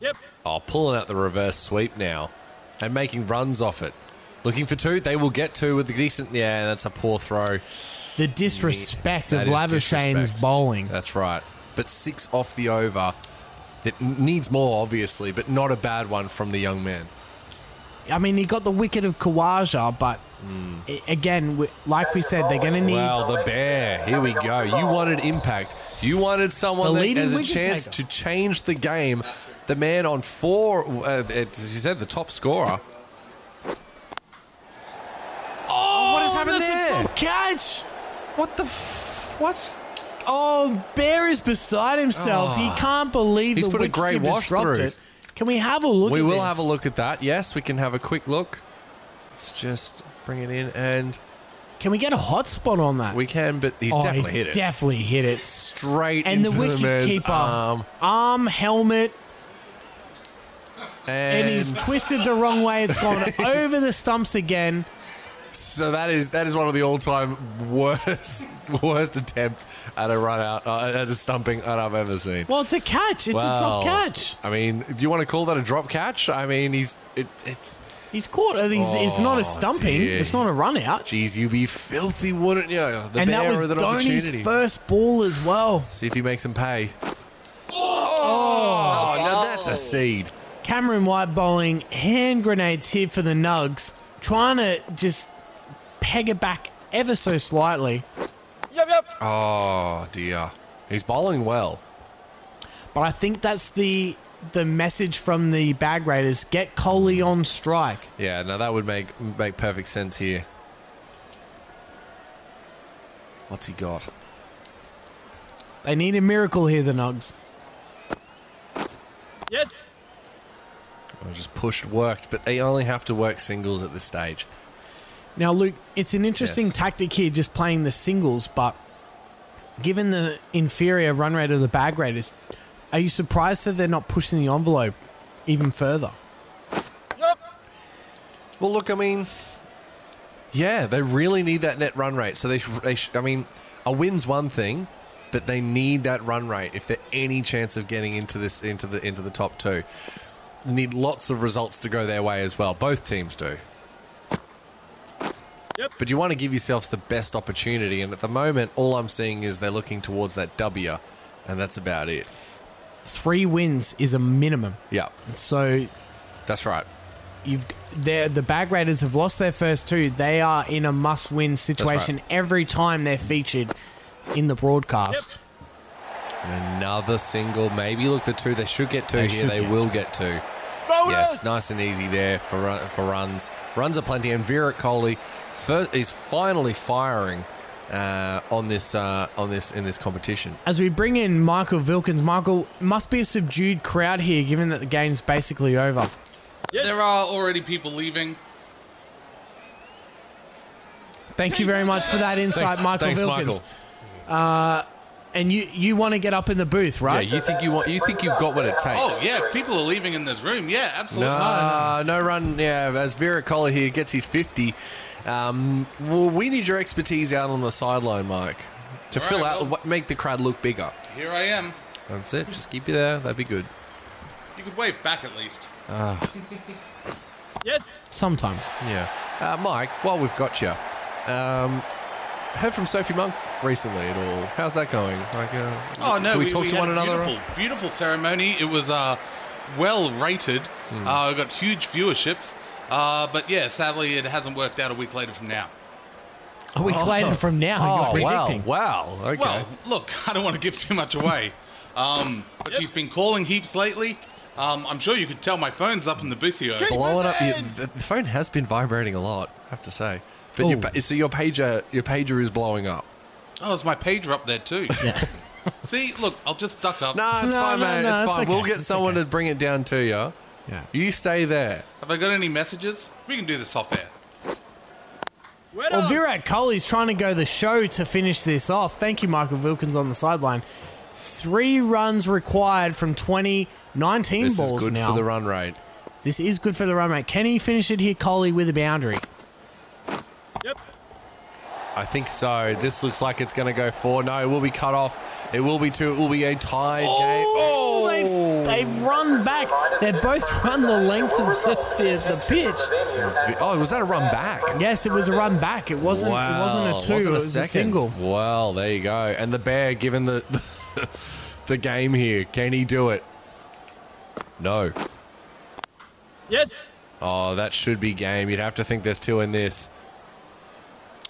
S5: Yep.
S2: Oh, pulling out the reverse sweep now and making runs off it. Looking for two, they will get two with a decent. Yeah, that's a poor throw.
S1: The disrespect of
S2: That is
S1: Labuschagne's
S2: disrespect.
S1: bowling.
S2: That's right. But six off the over. That needs more, obviously, but not a bad one from the young man.
S1: I mean, he got the wicket of Kawaja, but a- again, w- like we said, they're going to need
S2: Wow, Mm. the bear. Here we go. You wanted impact. You wanted someone
S1: The
S2: that
S1: leading
S2: has a
S1: wicket
S2: chance
S1: taker.
S2: to change the game. The man on four, uh, it's- he said the top scorer. Oh, what has
S1: Oh,
S2: happened
S1: that's a
S2: there?
S1: top catch.
S2: What the? F- what?
S1: Oh, Bear is beside himself. He can't believe
S2: He's
S1: the
S2: put a
S1: wicket
S2: great
S1: keeper's
S2: wash
S1: dropped
S2: through.
S1: it. Can we have a look?
S2: we
S1: at
S2: will
S1: this?
S2: have a look at that. Yes, we can have a quick look. Let's just bring it in, and
S1: Can we get a hot spot on that?
S2: we can. But he's
S1: oh, he's
S2: definitely hit it
S1: definitely hit it.
S2: straight
S1: And the
S2: into the, man's
S1: wicketkeeper,
S2: arm,
S1: arm, helmet,
S2: and,
S1: and he's twisted the wrong way. It's gone over the stumps again.
S2: so that is that is one of the all-time worst worst attempts at a run out uh, at a stumping that I've ever seen.
S1: Well, it's a catch. It's a
S2: Well,
S1: top catch.
S2: I mean, do you want to call that a drop catch? I mean, he's it, it's
S1: He's caught. uh, He's, it's not
S2: Oh,
S1: a stumping.
S2: dear.
S1: It's not a run out.
S2: geez, you be filthy, wouldn't you? The
S1: and that
S2: bearer
S1: was
S2: of an
S1: Donny's
S2: opportunity.
S1: first ball as well.
S2: See if he makes him pay. Oh, now that's a seed.
S1: Cameron White bowling hand grenades here for the Nugs, trying to just peg it back ever so slightly.
S4: Yep, yep.
S2: Oh dear, he's bowling well.
S1: But I think that's the the message from the bag raiders: get Coley on strike.
S2: Yeah, now that would make make perfect sense here. What's he got?
S1: They need a miracle here, the Nugs.
S5: Yes.
S2: I just pushed, worked, but they only have to work singles at this stage.
S1: Now, Luke, it's an interesting
S2: Yes.
S1: tactic here, just playing the singles. But given the inferior run rate of the bag raiders, are you surprised that they're not pushing the envelope even further?
S4: Yep.
S2: Well, look, I mean, yeah, they really need that net run rate. So they, sh- they sh- I mean, a win's one thing, but they need that run rate if they're any chance of getting into this into the into the top two. They need lots of results to go their way as well. Both teams do.
S5: Yep.
S2: But you want to give yourselves the best opportunity, and at the moment, all I'm seeing is they're looking towards that W, and that's about it.
S1: Three wins is a minimum.
S2: Yeah,
S1: So
S2: that's right.
S1: you've they're- the bag raiders have lost their first two. They are in a must-win situation every time they're featured in the broadcast.
S2: And another single, maybe. Look, the two they should get two
S1: They
S2: here.
S1: should
S2: They
S1: get
S2: will get two.
S4: Bonus.
S2: Yes, nice and easy there for run, for runs. Runs are plenty, and Virat Kohli first, is finally firing uh, on this uh, on this in this competition.
S1: As we bring in Michael Vilkins, Michael must be a subdued crowd here, given that the game's basically over.
S5: Yes.
S3: There are already people leaving.
S1: Thank you very much for that insight, Michael
S2: Thanks,
S1: Vilkins.
S2: Michael.
S1: And you you want to get up in the booth,
S2: Yeah,
S1: right?
S2: you think you want you think you've got what it takes.
S3: Oh yeah, people are leaving in this room. Yeah, absolutely.
S2: No, no run. Yeah, as Vera Collar here gets his 50. Um, well, we need your expertise out on the sideline, Mike, to
S3: All
S2: fill
S3: right,
S2: out,
S3: well-
S2: what make the crowd look bigger.
S3: Here I am.
S2: That's it. Just keep you there. That'd be good.
S3: You could wave back at least.
S5: Yes.
S1: Sometimes.
S2: Yeah. Uh, Mike, while we've got you, um, heard from Sophie Monk recently at all. How's that going? Like, uh,
S3: Oh no,
S2: do we, talk to
S3: had
S2: one
S3: a
S2: another?
S3: Beautiful, beautiful ceremony. It was uh, well rated.
S2: Hmm.
S3: Uh, got huge viewerships. Uh, but yeah, sadly, it hasn't worked out a week later from now.
S1: Are we playing from now?
S2: Oh,
S1: You're
S2: wow,
S1: predicting.
S2: wow. Okay.
S3: Well, look, I don't want to give too much away. Um, but she's been calling heaps lately. Um, I'm sure you could tell my phone's up in the booth here.
S2: blowing up. Yeah, the, the phone has been vibrating a lot, I have to say. But your,
S1: Ooh.
S2: pa- so your pager, your pager is blowing up.
S3: Oh, is my pager up there too? See, look, I'll just duck up.
S2: No, it's
S1: No,
S2: fine,
S1: no,
S2: mate.
S1: no,
S2: it's
S1: it's
S2: fine.
S1: okay,
S2: We'll get
S1: it's
S2: someone
S1: okay.
S2: to bring it down to you.
S1: Yeah.
S2: You stay there.
S3: Have I got any messages? We can do this off air.
S5: Where
S1: Well,
S5: are-
S1: Virat Kohli's trying to go the show to finish this off. Thank you, Michael Vilkins on the sideline. Three runs required from 20, 19
S2: This is
S1: balls
S2: good
S1: now.
S2: for the run rate.
S1: this is good for the run rate. Can he finish it here, Kohli, with a boundary?
S5: Yep.
S2: I think so. This looks like it's going to go four. No, it will be cut off. It will be two. It will be a tied game.
S1: Oh, they've, they've run back. They've both run the length of the, the, the pitch.
S2: Vi- Oh, was that a run back?
S1: Yes, it was a run back. It wasn't. It wasn't a 2
S2: Wasn't
S1: it was a,
S2: second.
S1: single.
S2: Well, there you go. And the bear, given the the, game here, can he do it? No.
S5: Yes.
S2: Oh, that should be game. You'd have to think there's two in this.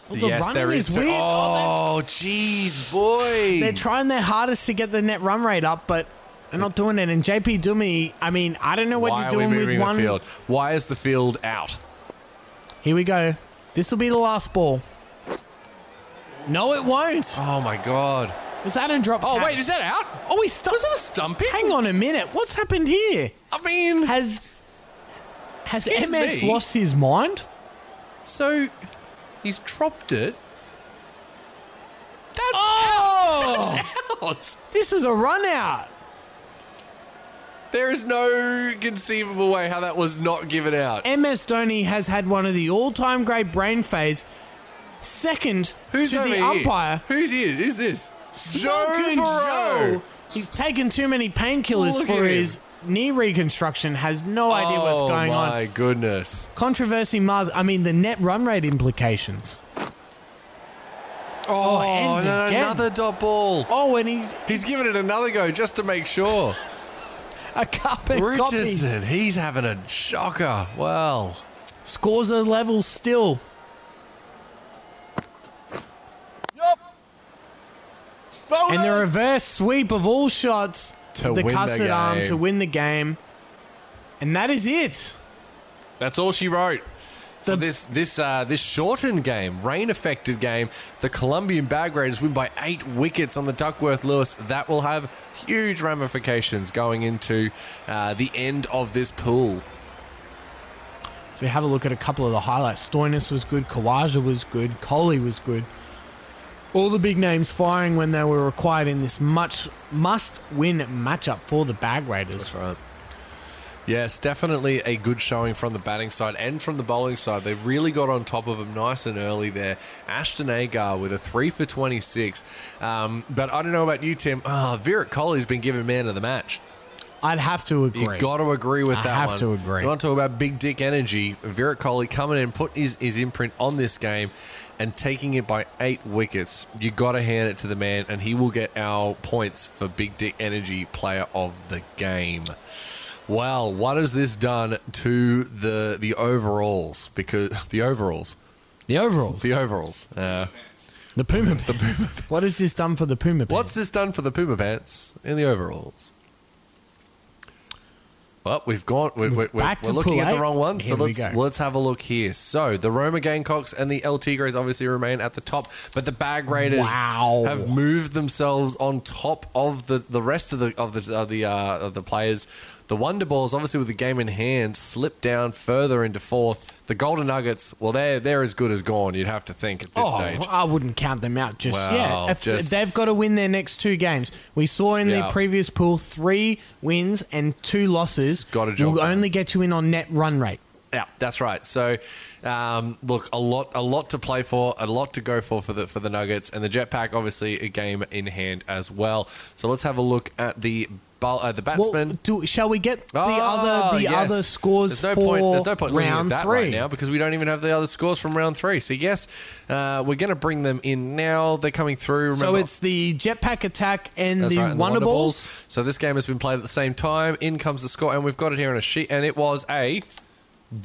S1: Well, the running is
S2: two.
S1: weird. Oh,
S2: Oh, jeez, boys.
S1: They're trying their hardest to get the net run rate up, but they're not doing it. And JP Dummy, I mean, I don't know what
S2: Why
S1: you're
S2: are
S1: doing
S2: we
S1: with
S2: moving
S1: one.
S2: the field? Why is the field out?
S1: Here we go. This will be the last ball. No, it won't.
S2: Oh my god.
S1: Was that a drop?
S2: Oh
S1: catch?
S2: wait, is that out? Oh, he stu- was that a stump hit?
S1: Hang on a minute. What's happened here?
S2: I mean,
S1: Has has
S2: Excuse
S1: MS
S2: me?
S1: lost his mind?
S2: so he's dropped it. That's
S1: Oh!
S2: out. That's out.
S1: This is a run out.
S2: There is no conceivable way how that was not given out.
S1: MS Dhoni has had one of the all-time great brain fades. Second
S2: Who's
S1: to
S2: over
S1: the
S2: here?
S1: umpire,
S2: Who's here? Who's this?
S1: Smoking
S2: Burrow.
S1: Joe. He's taken too many painkillers
S2: Look
S1: for
S2: at him.
S1: his knee reconstruction. Has no idea what's
S2: Oh,
S1: going on.
S2: my goodness.
S1: Controversy Mars. I mean, the net run rate implications.
S2: Oh,
S1: ends
S2: no,
S1: again.
S2: another dot ball.
S1: Oh, and he's
S2: He's given it another go just to make sure.
S1: a carpet copy.
S2: Richardson, he's having a shocker. Wow.
S1: Scores a level still.
S4: Yup.
S1: And the
S4: Bonus.
S1: reverse sweep of all shots
S2: Oh, To
S1: the
S2: win the
S1: cussed arm
S2: game.
S1: to win the game. And that is it.
S2: That's all she wrote. For
S1: The-
S2: this this uh, this shortened game, rain affected game, the Colombian bag raiders win by eight wickets on the Duckworth Lewis. That will have huge ramifications going into uh, the end of this pool.
S1: So we have a look at a couple of the highlights. Stoinis was good, Kawaja was good, Coley was good. All the big names firing when they were required in this much must win matchup for the Bag Raiders.
S2: right. Yes, definitely a good showing from the batting side and from the bowling side. They really got on top of them nice and early there. Ashton Agar with a three for 26. Um, but I don't know about you, Tim. Oh, Virat Kohli's been given man of the match.
S1: I'd have to agree.
S2: You got to agree with
S1: I
S2: that
S1: have
S2: one.
S1: to agree.
S2: You want to talk about big dick energy? Virat Kohli coming in, putting his, his imprint on this game, and taking it by eight wickets. You got to hand it to the man, and he will get our points for big dick energy player of the game. Well, what has this done to the the overalls? Because the overalls,
S1: the overalls.
S2: the
S1: The,
S2: overalls. Uh,
S1: Puma. The Puma. what has this done for the Puma? Pants?
S2: What's this done for the Puma pants and the overalls? Well, we've gone. We're, we're, we're,
S1: Back
S2: we're
S1: to
S2: looking
S1: pool
S2: at the
S1: eight.
S2: wrong one, so
S1: Here we
S2: let's
S1: go.
S2: let's have a look here. So the Roma Gamecocks and the El Tigres obviously remain at the top, but the Bag Raiders
S1: Wow.
S2: have moved themselves on top of the, the rest of the of the of the, uh, of the players. The Wonder Balls, obviously with the game in hand, slipped down further into fourth. The Golden Nuggets, well, they're they're as good as gone. You'd have to think at this
S1: Oh,
S2: stage.
S1: I wouldn't count them out just
S2: Wow,
S1: yet. If-
S2: just-
S1: They've got to win their next two games. We saw in
S2: Yeah.
S1: the previous pool three wins and two losses
S2: Got a job
S1: will
S2: done.
S1: only get you in on net run rate.
S2: Yeah, that's right. So, um, look, a lot, a lot to play for, a lot to go for for the for the Nuggets and the Jetpack. Obviously, a game in hand as well. So let's have a look at the ball, uh, the
S1: Well,
S2: batsman.
S1: do, shall we get the
S2: Ah,
S1: other the
S2: yes.
S1: other scores
S2: There's no
S1: for
S2: point. There's no point looking
S1: round
S2: at that
S1: three?
S2: right now because we don't even have the other scores from round three. So yes, uh, we're going to bring them in now. They're coming through. Remember,
S1: So it's the jetpack attack and
S2: that's
S1: the
S2: right, and
S1: wonder
S2: Wonder
S1: balls.
S2: So this game has been played at the same time. In comes the score, and we've got it here on a sheet, and it was a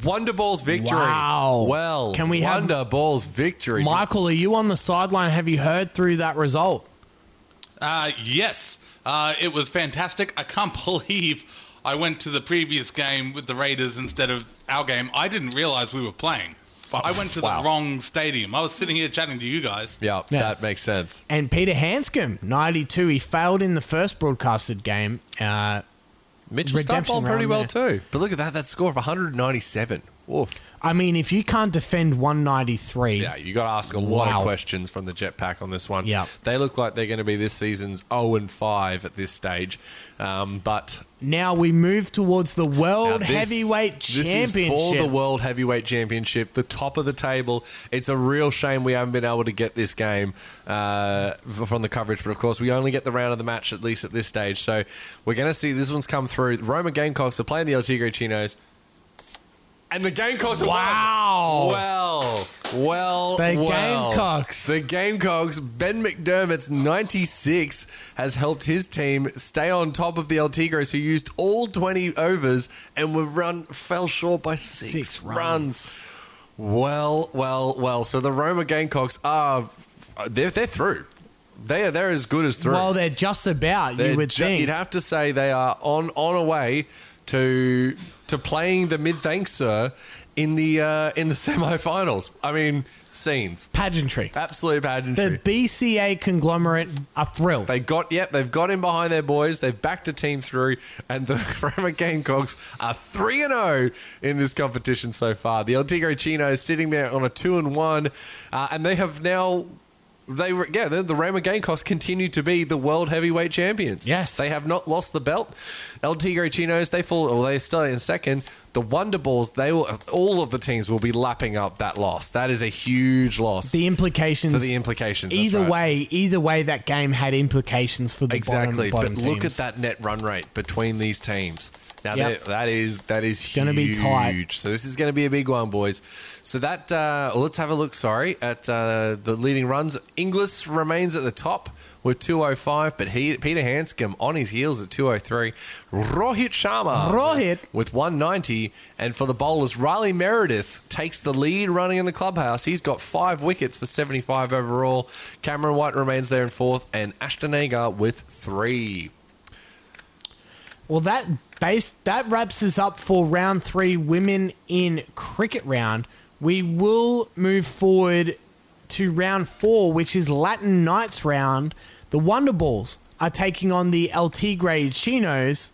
S2: Wonder Balls victory.
S1: Wow.
S2: Well,
S1: Oh, Can we have-
S2: Wonder Balls victory?
S1: Michael, are you on the sideline? Have you heard through that result?
S3: Uh, yes, uh, it was fantastic. I can't believe I went to the previous game with the Raiders instead of our game. I didn't realize we were playing. I went to
S2: Oh, wow.
S3: the wrong stadium. I was sitting here chatting to you guys.
S2: Yeah,
S1: Yeah.
S2: that makes sense.
S1: And Peter Hanscom, 92. He failed in the first broadcasted game. Uh,
S2: Mitchell stumped
S1: Redemption
S2: ball pretty
S1: round
S2: well
S1: there.
S2: too. But look at that, that score of 197. Oof.
S1: I mean, if you can't defend 193,
S2: Yeah, you got to ask a lot of
S1: Wow.
S2: questions from the Jetpack on this one.
S1: Yeah.
S2: They look like they're going to be this season's 0 and 5 at this stage. Um, but
S1: now we move towards the
S2: now
S1: World
S2: this-
S1: Heavyweight
S2: this
S1: Championship.
S2: is for the World Heavyweight Championship, the top of the table. It's a real shame we haven't been able to get this game uh, f- from the coverage, but of course we only get the round of the match at least at this stage. So we're going to see this one's come through. Roma Gamecocks are playing the El Tigre Chinos. And the Gamecocks have won.
S1: Wow.
S2: Well, well,
S1: The
S2: well.
S1: Gamecocks.
S2: The Gamecocks. Ben McDermott's 96 has helped his team stay on top of the El Tigres, who used all 20 overs and were run fell short by six,
S1: Six
S2: runs.
S1: runs.
S2: Well, well, well. So the Roma Gamecocks are they're, they're through. They are they're as good as through.
S1: Well, they're just about,
S2: They're
S1: you would
S2: ju-
S1: think.
S2: You'd have to say they are on on a way to to playing the mid thanks sir in the uh, in the semifinals. I mean, scenes,
S1: Pageantry.
S2: absolute
S1: The
S2: pageantry.
S1: BCA conglomerate are thrilled.
S2: They got yep, they've got in behind their boys. They've backed a team through, and the Forever Gamecocks are three and zero in this competition so far. The El Tigre Chino is sitting there on a two and one, uh, and they have now. They were, yeah, the, the Rama Gamecocks continue to be the world heavyweight champions.
S1: Yes.
S2: they have not lost the belt. El Tigre Chinos they fall, well, they're still in second. The Wonder Balls, they will, all of the teams will be lapping up that loss. That is a huge loss.
S1: the implications.
S2: for the implications. that's
S1: Either
S2: right.
S1: way, either way, that game had implications for the
S2: Exactly,
S1: bottom, bottom
S2: but look at
S1: teams.
S2: that net run rate between these teams. Now
S1: Yep.
S2: that that is that is
S1: Gonna be
S2: huge.
S1: tight.
S2: So this is going to be a big one, boys. So that uh, let's have a look. Sorry at uh, the leading runs. Inglis remains at the top with 205, but he, Peter Hanscom on his heels at 203. Rohit Sharma
S1: Rohit.
S2: with 190, and for the bowlers, Riley Meredith takes the lead running in the clubhouse. He's got five wickets for 75 overall. Cameron White remains there in fourth, and Ashton Agar with three.
S1: Well, that base that wraps us up for round three, women in cricket round. We will move forward to round four, which is Latin Knights round. The Wonder Balls are taking on the El Tigre Chinos.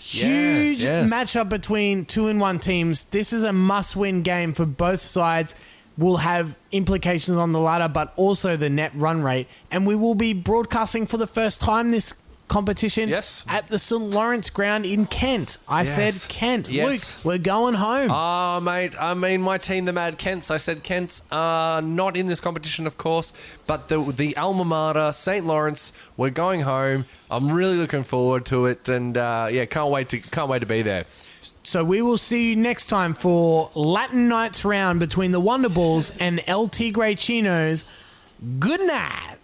S1: Huge
S2: yes.
S1: matchup between two and one teams. This is a must-win game for both sides. Will have implications on the ladder, but also the net run rate. And we will be broadcasting for the first time this competition
S2: Yes.
S1: at the St Lawrence Ground in Kent. I
S2: Yes.
S1: said Kent.
S2: Yes.
S1: Luke, we're going home.
S2: Ah, mate. I mean, my team, the Mad Kents. I said Kents are not in this competition, of course, but the the alma mater, St. Lawrence. We're going home. I'm really looking forward to it, and uh, yeah, can't wait to can't wait to be there.
S1: so we will see you next time for Latin Nights round between the Wonder Balls and El Tigre Chinos. Good night.